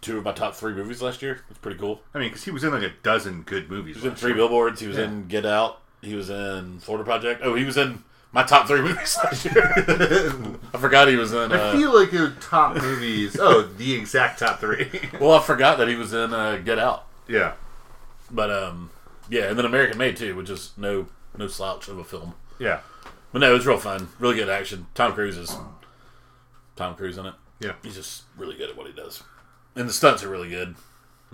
Speaker 2: two of my top three movies last year. That's pretty cool.
Speaker 1: I mean, because he was in like a dozen good movies.
Speaker 2: He was in
Speaker 1: last
Speaker 2: Three
Speaker 1: year.
Speaker 2: Billboards. He was
Speaker 1: Yeah.
Speaker 2: in Get Out. He was in Florida Project. Oh, he was in my top three movies last year. I forgot he was in. Uh,
Speaker 1: I feel like your top movies. Oh, the exact top three.
Speaker 2: well, I forgot that he was in uh, Get Out.
Speaker 1: yeah,
Speaker 2: But um, yeah, and then American Made too, which is no no slouch of a film.
Speaker 1: yeah,
Speaker 2: But no, it's real fun, really good action. Tom Cruise is Tom Cruise in it.
Speaker 1: yeah.
Speaker 2: He's just really good at what he does, and the stunts are really good.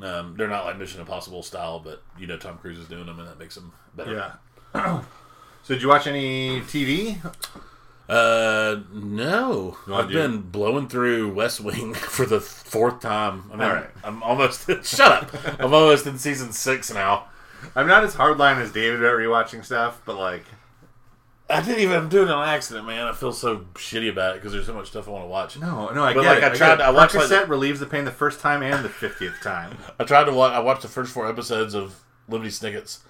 Speaker 2: Um, they're not like Mission Impossible style, but you know Tom Cruise is doing them, and that makes them better.
Speaker 1: Yeah. so, did you watch any TV?
Speaker 2: Uh, no,
Speaker 1: wanna
Speaker 2: I've
Speaker 1: do-
Speaker 2: been blowing through West Wing for the fourth time. I mean,
Speaker 1: All right.
Speaker 2: I'm almost shut up. I'm almost in season six now.
Speaker 1: I'm not as hardline as David about rewatching stuff, but like,
Speaker 2: I didn't even. I'm doing it on accident, man. I feel so shitty about it because there's so much stuff I want to watch.
Speaker 1: no, no, I
Speaker 2: But,
Speaker 1: get
Speaker 2: like,
Speaker 1: it.
Speaker 2: I
Speaker 1: get
Speaker 2: tried-
Speaker 1: it.
Speaker 2: I watched, like,
Speaker 1: Percocet relieves the pain the first time and the fiftieth time.
Speaker 2: I tried to watch. I watched the first four episodes of Liberty Snickets,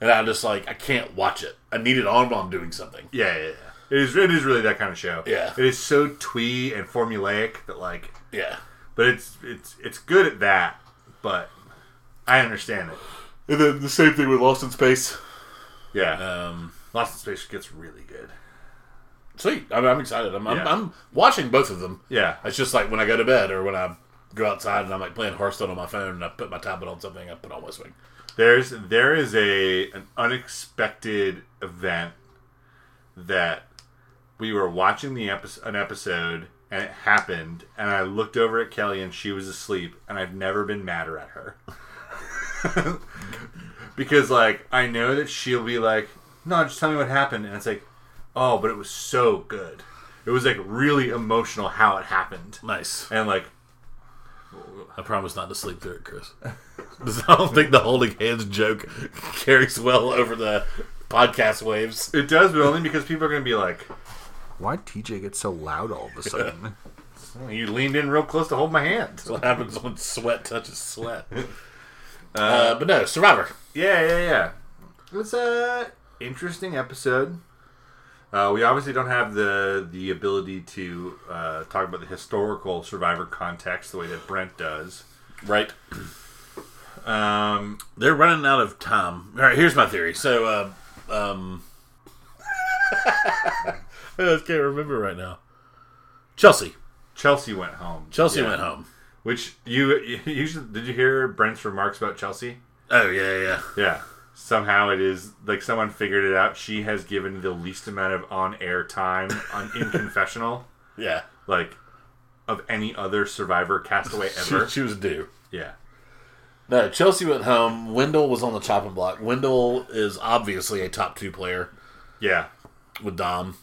Speaker 2: and I just like I can't watch it. I need it on while I'm doing something.
Speaker 1: Yeah, yeah, yeah. It is. It is really that kind of show.
Speaker 2: Yeah.
Speaker 1: It is so twee and formulaic that like,
Speaker 2: Yeah.
Speaker 1: but it's it's it's good at that. But I understand it.
Speaker 2: And then the same thing with Lost in Space.
Speaker 1: Yeah.
Speaker 2: Um,
Speaker 1: Lost in Space gets really good.
Speaker 2: sweet. I'm, I'm excited. I'm, I'm
Speaker 1: Yeah.
Speaker 2: I'm watching both of them.
Speaker 1: Yeah.
Speaker 2: It's just like when I go to bed or when I go outside and I'm like playing Hearthstone on my phone and I put my tablet on something. I put on West Wing.
Speaker 1: There's there is a an unexpected event that we were watching the episode, an episode and it happened and I looked over at Kelly and she was asleep and I've never been madder at her. because like I know that she'll be like, "No, just tell me what happened." And it's like, "Oh, but it was so good." It was like really emotional how it happened.
Speaker 2: Nice.
Speaker 1: And like
Speaker 2: I promise not to sleep through it, Chris. 'Cause I don't think the holding hands joke carries well over the podcast waves.
Speaker 1: it does, but only because people are going to be like,
Speaker 3: Why TJ get so loud all of a sudden?
Speaker 1: Well, You leaned in real close to hold my hand.
Speaker 2: That's what happens when sweat touches sweat. uh, but no, Survivor.
Speaker 1: Yeah, yeah, yeah. It was a interesting episode. Uh, we obviously don't have the the ability to uh, talk about the historical Survivor context the way that Brent does.
Speaker 2: Right.
Speaker 1: Um,
Speaker 2: They're running out of time. All right, here's my theory. So, uh, um, I just can't remember right now. Chelsea.
Speaker 1: Chelsea went home.
Speaker 2: Chelsea
Speaker 1: Yeah.
Speaker 2: went home.
Speaker 1: Which you, you usually did you hear Brent's remarks about Chelsea?
Speaker 2: Oh yeah, yeah.
Speaker 1: Yeah. Somehow it is like someone figured it out. She has given the least amount of on air time on in confessional,
Speaker 2: Yeah.
Speaker 1: like of any other Survivor castaway ever.
Speaker 2: She, she was due.
Speaker 1: Yeah.
Speaker 2: No, Chelsea went home. Wendell was on the chopping block. Wendell is obviously a top two player.
Speaker 1: Yeah.
Speaker 2: with Dom.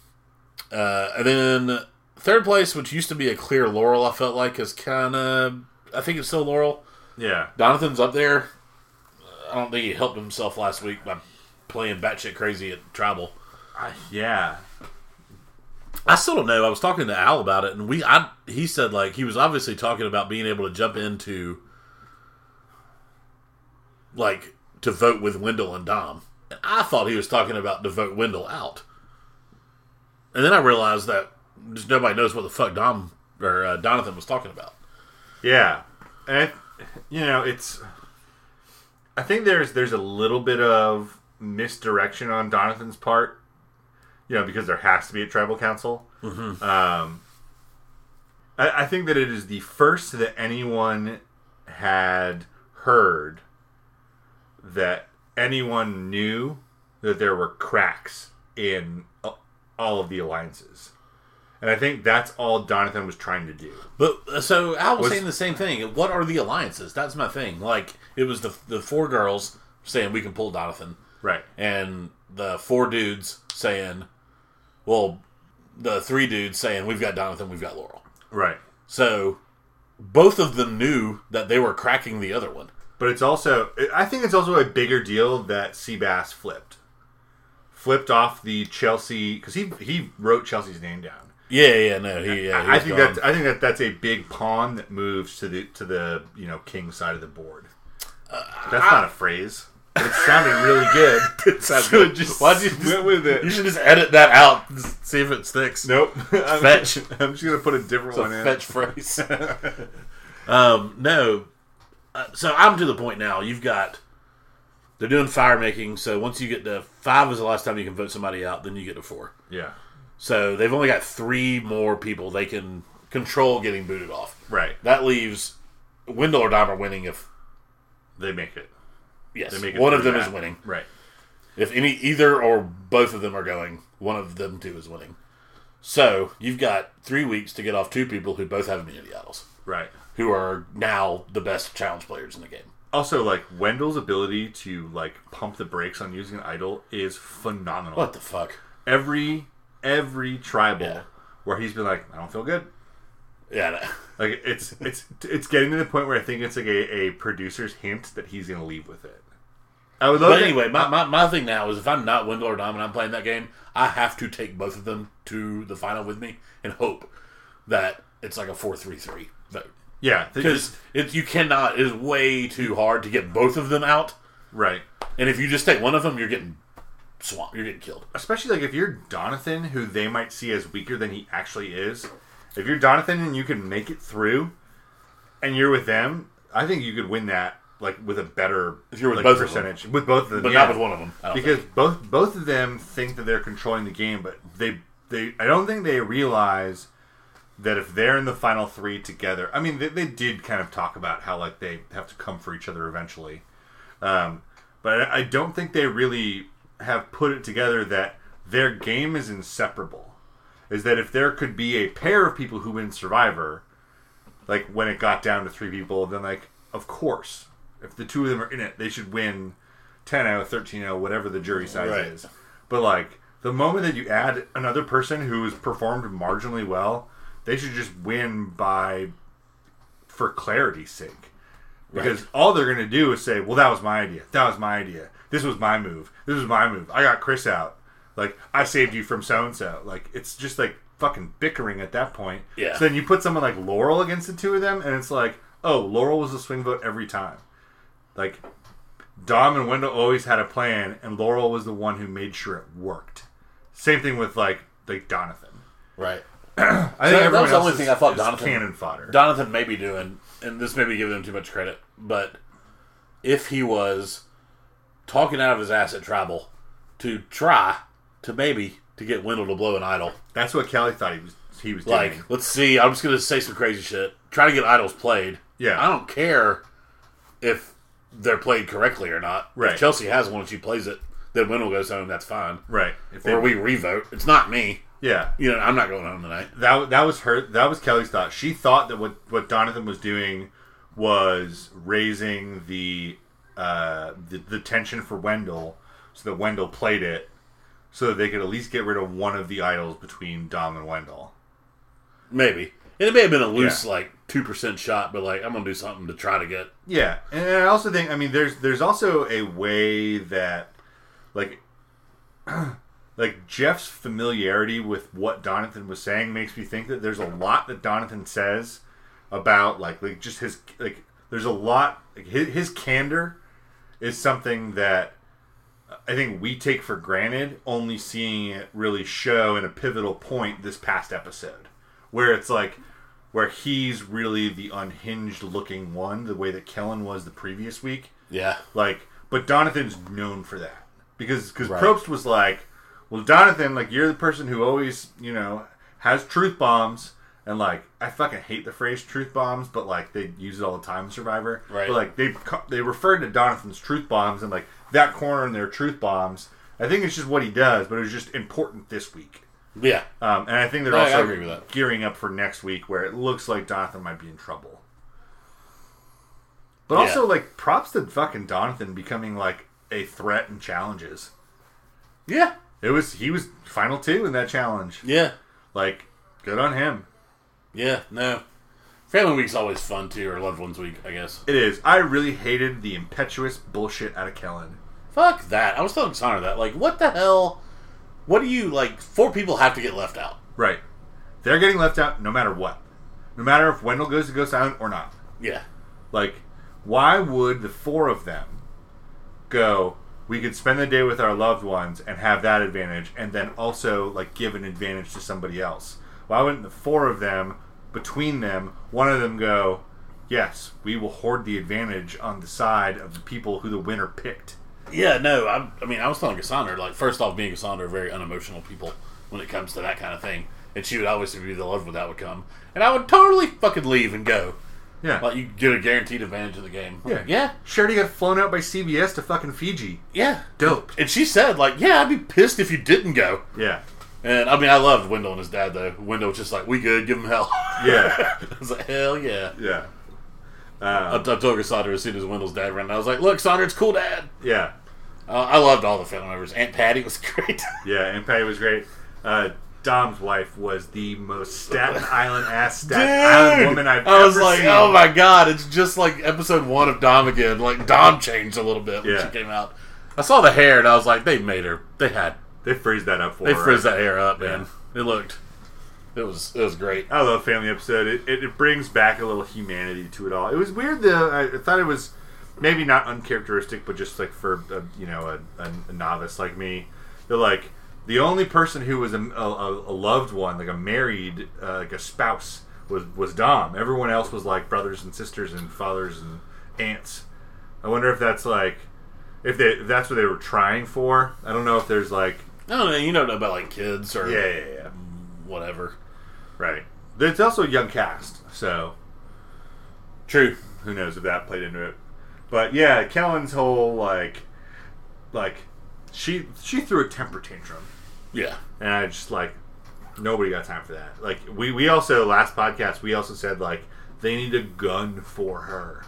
Speaker 2: Uh, and then third place, which used to be a clear Laurel, I felt like is kind of. I think it's still Laurel.
Speaker 1: Yeah.
Speaker 2: Donovan's up there. I don't think he helped himself last week by playing batshit crazy at Tribal.
Speaker 1: I- Ah, yeah.
Speaker 2: I still don't know. I was talking to Al about it, and we, I, he said like he was obviously talking about being able to jump into, like, to vote with Wendell and Dom, and I thought he was talking about to vote Wendell out, and then I realized that just nobody knows what the fuck Dom or uh, Donathan was talking about.
Speaker 1: Yeah. And I, you know, it's I think there's there's a little bit of misdirection on Donovan's part. You know, because there has to be a tribal council. Um, I, I think that it is the first that anyone had heard that anyone knew that there were cracks in a- all of the alliances. And I think that's all Donathan was trying to do.
Speaker 2: But uh, so Al was,
Speaker 1: Was-
Speaker 2: saying the same thing. What are the alliances? That's my thing. Like it was the the four girls saying we can pull Donathan,
Speaker 1: Right.
Speaker 2: and the four dudes saying, well, the three dudes saying we've got Donathan, we've got Laurel.
Speaker 1: Right.
Speaker 2: So both of them knew that they were cracking the other one.
Speaker 1: But it's also, I think it's also a bigger deal that Seabass flipped. Flipped off the Chelsea, because he, he wrote Chelsea's name down.
Speaker 2: Yeah, yeah, no, he, yeah. he
Speaker 1: I
Speaker 2: was
Speaker 1: think
Speaker 2: gone.
Speaker 1: that I think that that's a big pawn that moves to the to the you know king side of the board. that's not a phrase. But it sounded really good.
Speaker 4: So just-
Speaker 1: Why'd you went with
Speaker 4: You
Speaker 1: it?
Speaker 4: should just edit that out. and See if it sticks.
Speaker 1: Nope. I'm,
Speaker 4: Fetch.
Speaker 1: I'm just gonna put a different
Speaker 4: It's
Speaker 1: one
Speaker 4: a
Speaker 1: in.
Speaker 4: fetch phrase.
Speaker 2: Um, no. Uh, so I'm to the point now. You've got they're doing fire making. So once you get to five is the last time you can vote somebody out. Then you get to four.
Speaker 1: Yeah.
Speaker 2: So they've only got three more people they can control getting booted off.
Speaker 1: Right.
Speaker 2: That leaves Wendell or Dahmer winning if
Speaker 1: They make it.
Speaker 2: yes
Speaker 1: They make it
Speaker 2: one of
Speaker 1: through
Speaker 2: them is
Speaker 1: that.
Speaker 2: winning.
Speaker 1: Right.
Speaker 2: If any either or both of them are going, one of them two is winning. So you've got three weeks to get off two people who both have immunity idols,
Speaker 1: Right.
Speaker 2: who are now the best challenge players in the game.
Speaker 1: Also, like Wendell's ability to like pump the brakes on using an idol is phenomenal.
Speaker 2: What the fuck?
Speaker 1: Every every tribal
Speaker 2: Yeah.
Speaker 1: where he's been like, I don't feel good.
Speaker 2: Yeah. no.
Speaker 1: Like it's it's it's getting to the point where I think it's like a, a producer's hint that he's gonna leave with it. I would love.
Speaker 2: But
Speaker 1: to-
Speaker 2: anyway, my, my, my thing now is if I'm not Wendell or Dom and I'm playing that game, I have to take both of them to the final with me and hope that it's like a 4 3 3 vote.
Speaker 1: yeah, they
Speaker 2: Because
Speaker 1: just-
Speaker 2: it, you cannot, it's way too hard to get both of them out.
Speaker 1: right,
Speaker 2: And if you just take one of them, you're getting swamped. You're getting killed.
Speaker 1: especially like if you're Donathan, who they might see as weaker than he actually is. If you're Donathan and you can make it through, and you're with them, I think you could win that like with a better
Speaker 2: If you're with
Speaker 1: like,
Speaker 2: both of them.
Speaker 1: percentage with both of them,
Speaker 2: But
Speaker 1: yeah.
Speaker 2: not with one of them. I don't
Speaker 1: because both both of them think that they're controlling the game, but they they I don't think they realize that if they're in the final three together, I mean they, they did kind of talk about how like they have to come for each other eventually, um, but I, I don't think they really have put it together that their game is inseparable. Is that if there could be a pair of people who win Survivor, like when it got down to three people, then like of course, if the two of them are in it, they should win 10-0, 13-0, whatever the jury size
Speaker 4: Right.
Speaker 1: is. But like the moment that you add another person who has performed marginally well, they should just win by for clarity's sake. Because all they're going to do is say, "Well, that was my idea. That was my idea. This was my move. This was my move. I got Chris out. Like I saved you from so and so." Like it's just like fucking bickering at that point.
Speaker 2: Yeah.
Speaker 1: So then you put someone like Laurel against the two of them, and it's like, "Oh, Laurel was the swing vote every time." Like Dom and Wendell always had a plan, and Laurel was the one who made sure it worked. Same thing with like like Donathan.
Speaker 2: Right.
Speaker 1: I think
Speaker 2: that was
Speaker 1: everyone
Speaker 2: the only
Speaker 1: else
Speaker 2: thing
Speaker 1: is-
Speaker 2: I thought
Speaker 1: is
Speaker 2: Donathan-
Speaker 1: cannon fodder.
Speaker 2: Donathan may be doing, and this may be giving him too much credit, but if he was talking out of his ass at Tribal to try to maybe to get Wendell to blow an idol,
Speaker 1: That's what Kelly thought he was he was
Speaker 2: like
Speaker 1: doing.
Speaker 2: let's see, I'm just gonna say some crazy shit, try to get idols played.
Speaker 1: Yeah.
Speaker 2: I don't care if they're played correctly or not.
Speaker 1: Right.
Speaker 2: If Chelsea has one, and she plays it, then Wendell goes home. That's fine.
Speaker 1: Right. If
Speaker 2: Or we revote. It's not me.
Speaker 1: Yeah.
Speaker 2: You know, I'm not going home tonight.
Speaker 1: That that was her that was Kelly's thought. She thought that what what Donathan was doing was raising the uh the, the tension for Wendell so that Wendell played it so that they could at least get rid of one of the idols between Dom and Wendell.
Speaker 2: Maybe. And it may have been a loose like two percent shot, but like I'm gonna do something to try to get
Speaker 1: Yeah, and I also think I mean there's there's also a way that like like Jeff's familiarity with what Donathan was saying makes me think that there's a lot that Donathan says about like like just his like there's a lot like his, his candor is something that I think we take for granted only seeing it really show in a pivotal point this past episode where it's like where he's really the unhinged looking one the way that Kellen was the previous week
Speaker 2: Yeah.
Speaker 1: like but Donathan's known for that because because
Speaker 2: Right.
Speaker 1: Probst was like well Donathan like you're the person who always you know has truth bombs and like I fucking hate the phrase truth bombs but like they use it all the time in Survivor
Speaker 2: Right.
Speaker 1: but like they co- they referred to Donathan's truth bombs and like that corner and their truth bombs I think it's just what he does, but it was just important this week.
Speaker 5: Yeah.
Speaker 1: Um, and I think they're
Speaker 5: I- I
Speaker 1: also
Speaker 5: agree with that.
Speaker 1: gearing up for next week, where it looks like Donathan might be in trouble. But
Speaker 5: Yeah.
Speaker 1: also, like, props to fucking Donathan becoming like a threat in challenges.
Speaker 5: Yeah.
Speaker 1: It was he was final two in that challenge.
Speaker 5: Yeah.
Speaker 1: Like, good on him.
Speaker 5: Yeah. No.
Speaker 2: Family week's always fun too, or loved ones week, I guess.
Speaker 1: It is. I really hated the impetuous bullshit out of Kellen.
Speaker 2: Fuck that. I was telling Connor that. Like, what the hell? What do you like? Four people have to get left out.
Speaker 1: Right. They're getting left out no matter what. No matter if Wendell goes to Ghost Island or not.
Speaker 2: Yeah.
Speaker 1: Like, why would the four of them go, we could spend the day with our loved ones and have that advantage, and then also, like, give an advantage to somebody else? Why wouldn't the four of them, between them, one of them go, yes, we will hoard the advantage on the side of the people who the winner picked?
Speaker 2: Yeah, no, I, I mean, I was telling Cassandra, like, first off, me and Cassandra are very unemotional people when it comes to that kind of thing. And she would obviously be the lover that would come. And I would totally fucking leave and go.
Speaker 1: Yeah.
Speaker 2: Like, you get a guaranteed advantage of the game.
Speaker 1: Yeah.
Speaker 2: Yeah,
Speaker 1: She already got flown out by CBS to fucking Fiji.
Speaker 2: yeah.
Speaker 1: Dope.
Speaker 2: And she said, like, yeah, I'd be pissed if you didn't go.
Speaker 1: Yeah.
Speaker 2: And, I mean, I loved Wendell and his dad, though. Wendell was just like, we good, give him hell.
Speaker 1: Yeah.
Speaker 2: I was like, hell yeah.
Speaker 1: yeah. Uh,
Speaker 2: I, I told Cassandra as soon as Wendell's dad ran, I was like, look, Cassandra, it's cool, dad.
Speaker 1: Yeah.
Speaker 2: Uh, I loved all the family members. Aunt Patty was great.
Speaker 1: Yeah, and Patty was great. Uh, Dom's wife was the most Staten Island ass Staten Island woman I've
Speaker 2: I was
Speaker 1: ever
Speaker 2: like,
Speaker 1: seen.
Speaker 2: oh my god, it's just like episode one of Dom again. Like Dom changed a little bit when
Speaker 1: Yeah.
Speaker 2: she came out. I saw the hair and I was like, they made her. They had
Speaker 1: They freeze that up for
Speaker 2: they
Speaker 1: her.
Speaker 2: frizzed that hair up, man. It looked it was it was great.
Speaker 1: I love family episode. It, it, it brings back a little humanity to it all. It was weird though. I, I thought it was maybe not uncharacteristic, but just like for a, you know a, a, a novice like me, they're like the only person who was a, a, a loved one, like a married, uh, like a spouse, was was Dom. Everyone else was like brothers and sisters and fathers and aunts. I wonder if that's like if they if that's what they were trying for. I don't know if there's like
Speaker 2: I don't know, you don't know about like kids or
Speaker 1: yeah yeah yeah
Speaker 2: whatever.
Speaker 1: right. There's also a young cast, so
Speaker 2: True.
Speaker 1: who knows if that played into it. But yeah, Kellen's whole like like she she threw a temper tantrum.
Speaker 2: Yeah.
Speaker 1: And I just like nobody got time for that. Like we we also last podcast we also said like they need a gun for her.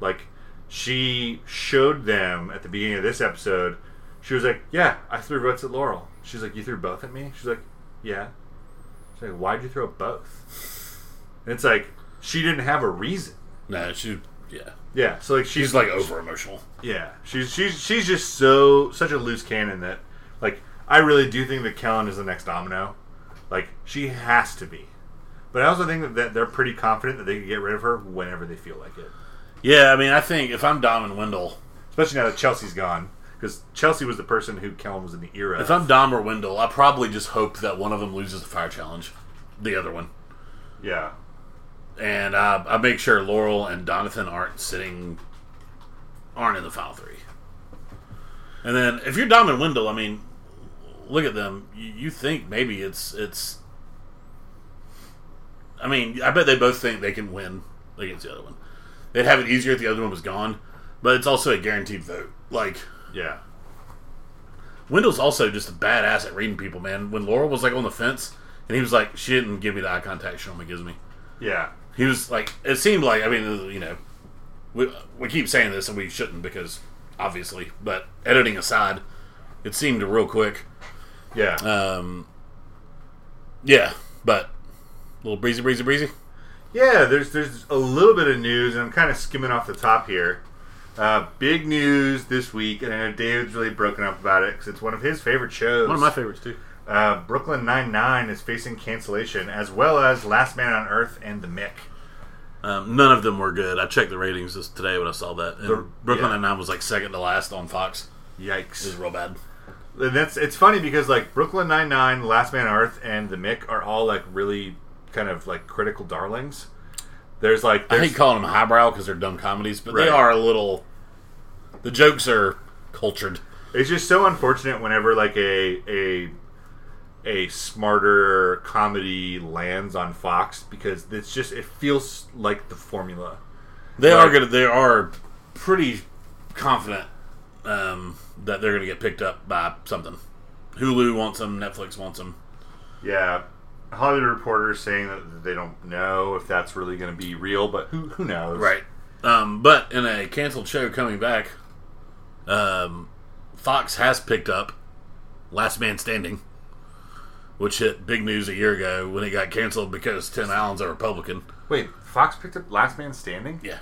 Speaker 1: Like she showed them at the beginning of this episode. She was like, "Yeah, I threw votes at Laurel." She's like, "You threw both at me?" She's like, "Yeah." She's like, "Why'd you throw both?" And it's like she didn't have a reason.
Speaker 2: No, she yeah.
Speaker 1: Yeah, so like she's,
Speaker 2: She's like over emotional.
Speaker 1: yeah, she's she's she's just so such a loose cannon that like I really do think that Kellen is the next Domino. Like she has to be, but I also think that, that they're pretty confident that they can get rid of her whenever they feel like it.
Speaker 2: Yeah, I mean I think if I'm Dom and Wendell
Speaker 1: Especially now that Chelsea's gone, because Chelsea was the person who Kellen was in the era.
Speaker 2: if I'm Dom or Wendell, I probably just hope that one of them loses the fire challenge. The other one.
Speaker 1: yeah,
Speaker 2: and uh, I make sure Laurel and Donathan aren't sitting, aren't in the final three. And then if you're Dom and Wendell, I mean, look at them. You, you think maybe it's it's. I mean, I bet they both think they can win against the other one. They'd have it easier if the other one was gone, but it's also a guaranteed vote. Like
Speaker 1: yeah,
Speaker 2: Wendell's also just a badass at reading people, man. When Laurel was like on the fence, and he was like, "She didn't give me the eye contact she normally gives me."
Speaker 1: yeah,
Speaker 2: he was like it seemed like i mean uh, you know we, we keep saying this and we shouldn't because obviously but editing aside it seemed real quick
Speaker 1: yeah.
Speaker 2: um yeah but little breezy breezy breezy
Speaker 1: Yeah, there's there's a little bit of news, and I'm kind of skimming off the top here. Uh, big news this week, and I know David's really broken up about it because it's one of his favorite shows.
Speaker 2: one of my favorites too
Speaker 1: uh, Brooklyn Nine Nine is facing cancellation, as well as Last Man on Earth and The Mick.
Speaker 2: um, none of them were good i checked the ratings this today when i saw that and
Speaker 1: The-
Speaker 2: brooklyn
Speaker 1: yeah.
Speaker 2: nine-nine was like second to last on fox it was
Speaker 1: Yikes!
Speaker 2: real bad
Speaker 1: And that's it's funny because like Brooklyn Nine Nine, Last Man on Earth, and The Mick are all like really kind of like critical darlings. There's like
Speaker 2: i
Speaker 1: there's,
Speaker 2: hate calling them highbrow because they're dumb comedies but
Speaker 1: Right.
Speaker 2: they are a little the jokes are cultured
Speaker 1: It's just so unfortunate whenever like a a a smarter comedy lands on Fox because it's just it feels like the formula.
Speaker 2: They
Speaker 1: Right.
Speaker 2: are gonna. They are pretty confident um, that they're going to get picked up by something. Hulu wants them. Netflix wants them.
Speaker 1: Yeah, Hollywood Reporter is saying that they don't know if that's really going to be real, but who who knows?
Speaker 2: Um, but in a canceled show coming back, um, Fox has picked up Last Man Standing, which hit big news a year ago when it got canceled because Tim Allen's a Republican.
Speaker 1: Wait, Fox picked up Last Man Standing.
Speaker 2: Yeah.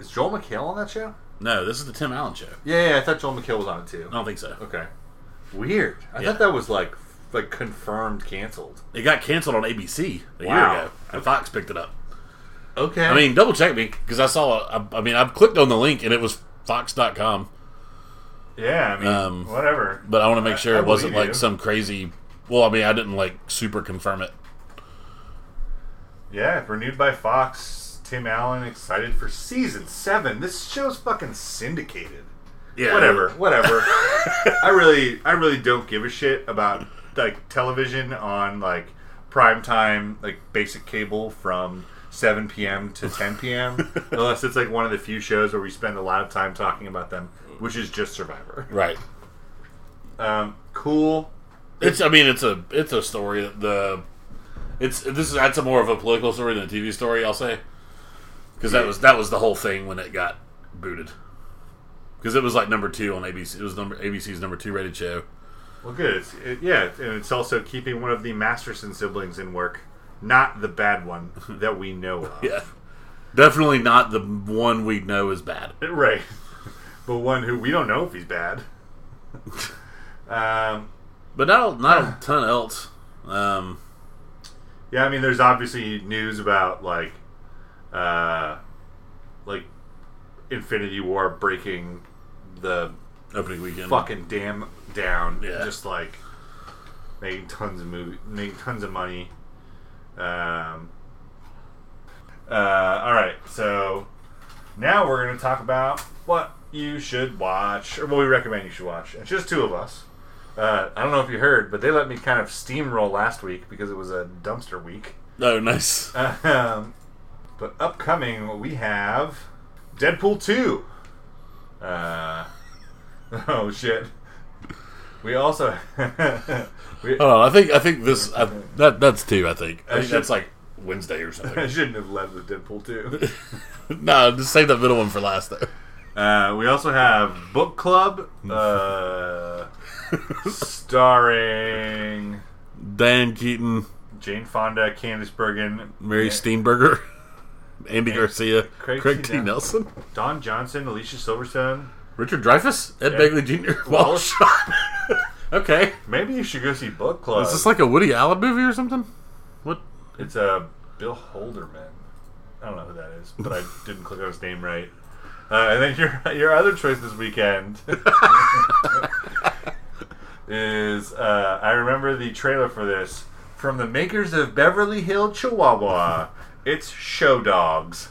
Speaker 1: Is Joel McHale on that show?
Speaker 2: No, this is the Tim Allen show.
Speaker 1: Yeah, yeah. I thought Joel McHale was on it too.
Speaker 2: I don't think so.
Speaker 1: Okay. Weird. I
Speaker 2: Oh. Yeah.
Speaker 1: thought that was like like confirmed canceled.
Speaker 2: It got canceled on ABC a
Speaker 1: Wow.
Speaker 2: year ago, and Fox picked it up.
Speaker 1: Okay.
Speaker 2: I mean, double check me because I saw. I, I mean, I've clicked on the link and it was Fox.com,
Speaker 1: yeah. I mean,
Speaker 2: um,
Speaker 1: whatever.
Speaker 2: but I want to make sure
Speaker 1: I
Speaker 2: it wasn't
Speaker 1: believe
Speaker 2: like
Speaker 1: you.
Speaker 2: some crazy. Well, I mean, I didn't like super confirm it.
Speaker 1: Yeah, renewed by Fox. Tim Allen excited for season seven. This show's fucking syndicated.
Speaker 2: Yeah,
Speaker 1: whatever, whatever. I really, I really don't give a shit about like television on like prime time, like basic cable from 7 p.m. to 10 p.m. unless it's like one of the few shows where we spend a lot of time talking about them, which is just Survivor.
Speaker 2: Right.
Speaker 1: Um, cool.
Speaker 2: It's. I mean, it's a. It's a story that the. It's this is that's a more of a political story than a TV story. I'll say. Because that was that was the whole thing when it got booted. Because it was like number two on ABC. It was number ABC's number two rated show.
Speaker 1: Well, good. It's, it, yeah, and it's also keeping one of the Masterson siblings in work, not the bad one that we know of.
Speaker 2: Yeah. Definitely not the one we know is bad.
Speaker 1: Right. But one who we don't know if he's bad. um,
Speaker 2: But not a, not a ton else. Um,
Speaker 1: yeah, I mean, there's obviously news about like, uh, like Infinity War breaking the
Speaker 2: opening weekend.
Speaker 1: fucking dam down,
Speaker 2: Yeah.
Speaker 1: just like making tons of movie, making tons of money. Um. Uh, all right, so now we're gonna talk about what you should watch, or what we recommend you should watch. It's just two of us. Uh, I don't know if you heard, but they let me kind of steamroll last week because it was a dumpster week.
Speaker 2: Oh, nice.
Speaker 1: Um, but upcoming, we have Deadpool 2. Uh, oh, shit. We also. we,
Speaker 2: Oh, I think I think this I, that that's two. I think I
Speaker 1: Uh,
Speaker 2: think
Speaker 1: should-
Speaker 2: that's like Wednesday or
Speaker 1: I
Speaker 2: something.
Speaker 1: shouldn't have led with Deadpool 2.
Speaker 2: no, just save that middle one for last though.
Speaker 1: Uh, we also have Book Club, uh, starring
Speaker 2: Dan Keaton,
Speaker 1: Jane Fonda, Candice Bergen,
Speaker 2: Mary Steenburgen, Andy Garcia,
Speaker 1: Craig
Speaker 2: Craig,
Speaker 1: T.
Speaker 2: T. Nelson.
Speaker 1: Don Johnson, Alicia Silverstone.
Speaker 2: Richard Dreyfuss, Ed Begley Jr., Wallace Shawn. okay,
Speaker 1: Maybe you should go see Book Club.
Speaker 2: is this like a Woody Allen movie or something? What?
Speaker 1: It's uh, Bill Holderman. I don't know who that is, but I didn't click on his name right. Uh, and then your your other choice this weekend is uh, I remember the trailer for this from the makers of Beverly Hill Chihuahua. it's Show Dogs,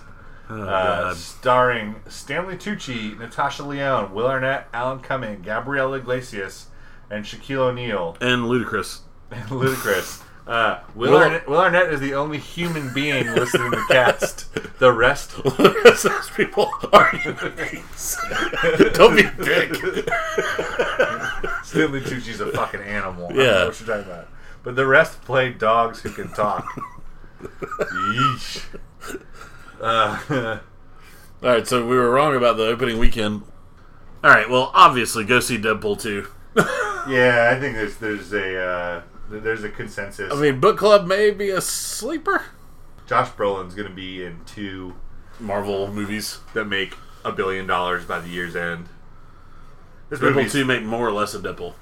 Speaker 2: Oh,
Speaker 1: uh, starring Stanley Tucci, Natasha Leone, Will Arnett, Alan Cumming, Gabrielle Iglesias, and Shaquille O'Neal
Speaker 2: And ludicrous.
Speaker 1: and ludicrous. Uh, Will,
Speaker 2: Will-
Speaker 1: Arnett, Will Arnett is the only human being listed in the cast. The rest,
Speaker 2: Those people are human beings. Don't be a dick.
Speaker 1: Stanley Tucci's a fucking animal. I don't
Speaker 2: Yeah.
Speaker 1: know what you're talking about. But the rest play dogs who can talk. Yeesh. Uh,
Speaker 2: All right, so we were wrong about the opening weekend. All right, well, obviously, go see Deadpool 2.
Speaker 1: yeah, I think there's there's a uh, there's a consensus.
Speaker 2: I mean, Book Club may be a sleeper.
Speaker 1: Josh Brolin's going to be in two
Speaker 2: Marvel movies.
Speaker 1: that make a billion dollars by the year's end. This
Speaker 2: Deadpool
Speaker 1: movie's
Speaker 2: 2 make more or less a Deadpool,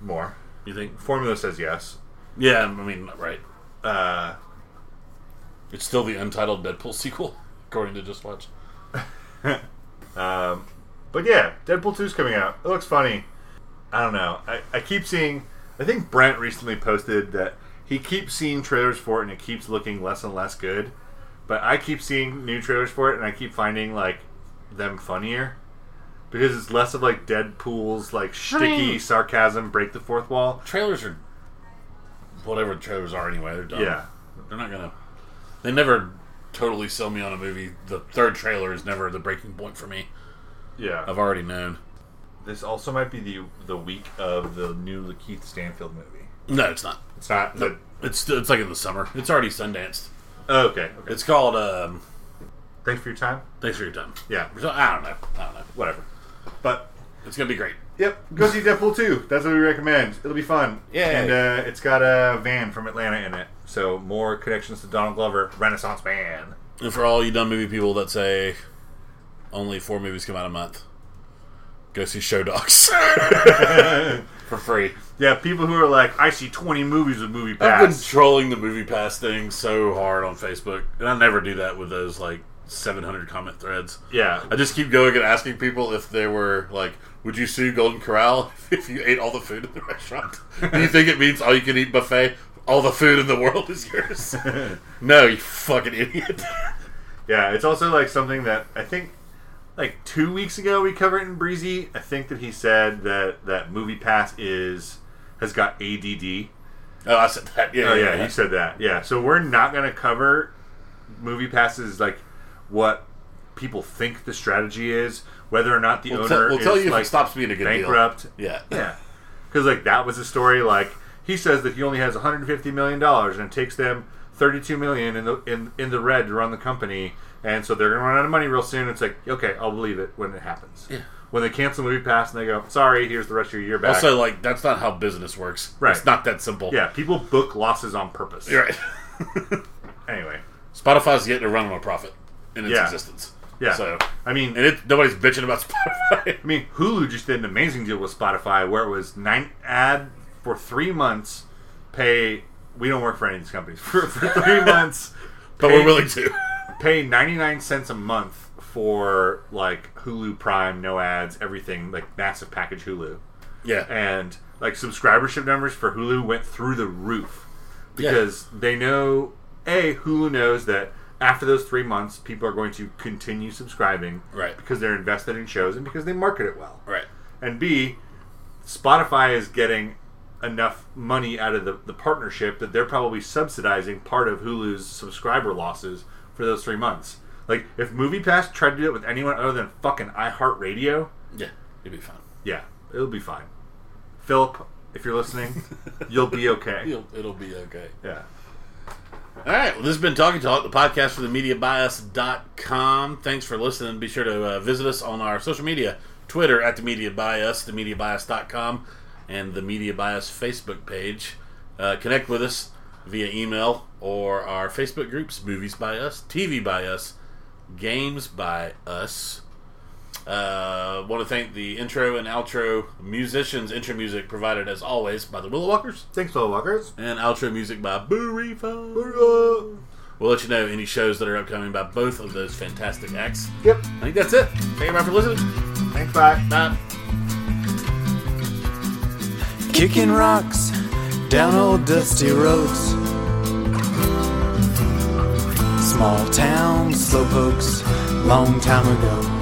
Speaker 1: more.
Speaker 2: you think?
Speaker 1: Formula says yes.
Speaker 2: Yeah, I mean, right.
Speaker 1: Uh,
Speaker 2: It's still the untitled Deadpool sequel, according to Just Watch.
Speaker 1: Um, but yeah, Deadpool 2 is coming out. It looks funny. I don't know. I, I keep seeing. I think Brent recently posted that he keeps seeing trailers for it and it keeps looking less and less good. But I keep seeing new trailers for it and I keep finding like them funnier because it's less of like Deadpool's like shticky sarcasm, break the fourth wall.
Speaker 2: Trailers are. Whatever trailers are, anyway. They're done.
Speaker 1: Yeah,
Speaker 2: They're not gonna. They never totally sell me on a movie. The third trailer is never the breaking point for me.
Speaker 1: Yeah.
Speaker 2: I've already known.
Speaker 1: This also might be the the week of the new Keith Stanfield movie.
Speaker 2: No, it's not.
Speaker 1: It's not. But,
Speaker 2: It's it's like in the summer. It's already Sundanced.
Speaker 1: oh, okay. okay.
Speaker 2: It's called. Um,
Speaker 1: Thanks for your time.
Speaker 2: thanks for your time.
Speaker 1: Yeah.
Speaker 2: So, I don't know. I don't know.
Speaker 1: Whatever. But
Speaker 2: It's gonna be great.
Speaker 1: Yep, go see Deadpool 2. That's what we recommend. It'll be fun.
Speaker 2: Yay.
Speaker 1: And uh, it's got a van from Atlanta in it. So more connections to Donald Glover, Renaissance man.
Speaker 2: And for all you dumb movie people that say only four movies come out a month, go see Show Dogs for free.
Speaker 1: Yeah, people who are like, I see 20 movies with Movie
Speaker 2: I've been
Speaker 1: Pass.
Speaker 2: trolling the movie pass thing so hard on Facebook, and I never do that with those like 700 comment threads.
Speaker 1: yeah.
Speaker 2: I just keep going and asking people if they were like, "Would you sue Golden Corral if you ate all the food in the restaurant?" do you think it means all you can eat buffet? All the food in the world is yours. no, you fucking idiot.
Speaker 1: Yeah, it's also like something that I think like two weeks ago we covered in Breezy. I think that he said that that Movie Pass is has got ADD.
Speaker 2: oh, I said that. Yeah,
Speaker 1: Oh
Speaker 2: yeah,
Speaker 1: yeah, he said that. Yeah, so we're not gonna cover movie passes like what people think the strategy is, whether or not the
Speaker 2: We'll,
Speaker 1: owner
Speaker 2: te- we'll tell
Speaker 1: is
Speaker 2: you
Speaker 1: like
Speaker 2: if it stops being a good
Speaker 1: bankrupt.
Speaker 2: deal. Yeah.
Speaker 1: Yeah, because like that was a story. Like he says that he only has 150 million dollars, and it takes them 32 million in the in, in the red to run the company, and so they're gonna run out of money real soon. It's like okay, I'll believe it when it happens. Yeah. When they cancel movie pass and they go, sorry, here's the rest of your year back.
Speaker 2: Also, like that's not how business works.
Speaker 1: Right.
Speaker 2: It's not that simple.
Speaker 1: yeah, people book losses on purpose.
Speaker 2: You're right.
Speaker 1: Anyway.
Speaker 2: Spotify's yet to run on a profit in its
Speaker 1: Yeah.
Speaker 2: existence.
Speaker 1: Yeah.
Speaker 2: So,
Speaker 1: I mean,
Speaker 2: and it, nobody's bitching about Spotify.
Speaker 1: I mean, Hulu just did an amazing deal with Spotify where it was nine ad for three months, pay. We don't work for any of these companies for, for three months,
Speaker 2: but
Speaker 1: pay-
Speaker 2: we're willing to.
Speaker 1: pay ninety nine cents a month for like Hulu Prime, no ads, everything like massive package Hulu,
Speaker 2: Yeah.
Speaker 1: and like subscribership numbers for Hulu went through the roof because they know a Hulu knows that after those three months, people are going to continue subscribing,
Speaker 2: Right.
Speaker 1: Because they're invested in shows and because they market it well,
Speaker 2: Right.
Speaker 1: and B, Spotify is getting enough money out of the, the partnership that they're probably subsidizing part of Hulu's subscriber losses for those three months. Like, if MoviePass tried to do it with anyone other than fucking iHeartRadio,
Speaker 2: Yeah. You'll be fine.
Speaker 1: yeah, it'll be fine. Philip, if you're listening, you'll be okay.
Speaker 2: You'll, it'll be okay.
Speaker 1: Yeah.
Speaker 2: All right. Well, this has been Talking Talk, the podcast for the MediaBias.com. Thanks for listening. Be sure to uh, visit us on our social media Twitter at the Media Bias, the MediaBias.com, and the Media Bias Facebook page. Uh, connect with us via email or our Facebook groups Movies by Us, TV by Us, Games by Us. Uh, want to thank the intro and outro musicians, intro music provided as always by the Willow Walkers
Speaker 1: Thanks, Phil Walkers.
Speaker 2: and outro music by Boo Reefa.
Speaker 1: Yep.
Speaker 2: We'll let you know any shows that are upcoming by both of those fantastic acts. I think that's it. Thank you everybody for listening.
Speaker 1: Thanks, bye.
Speaker 2: Bye.
Speaker 6: kicking rocks down old dusty roads. Small town slowpokes, long time ago.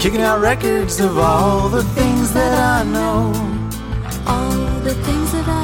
Speaker 6: Kicking out records of all the things that I know.
Speaker 7: all the things that I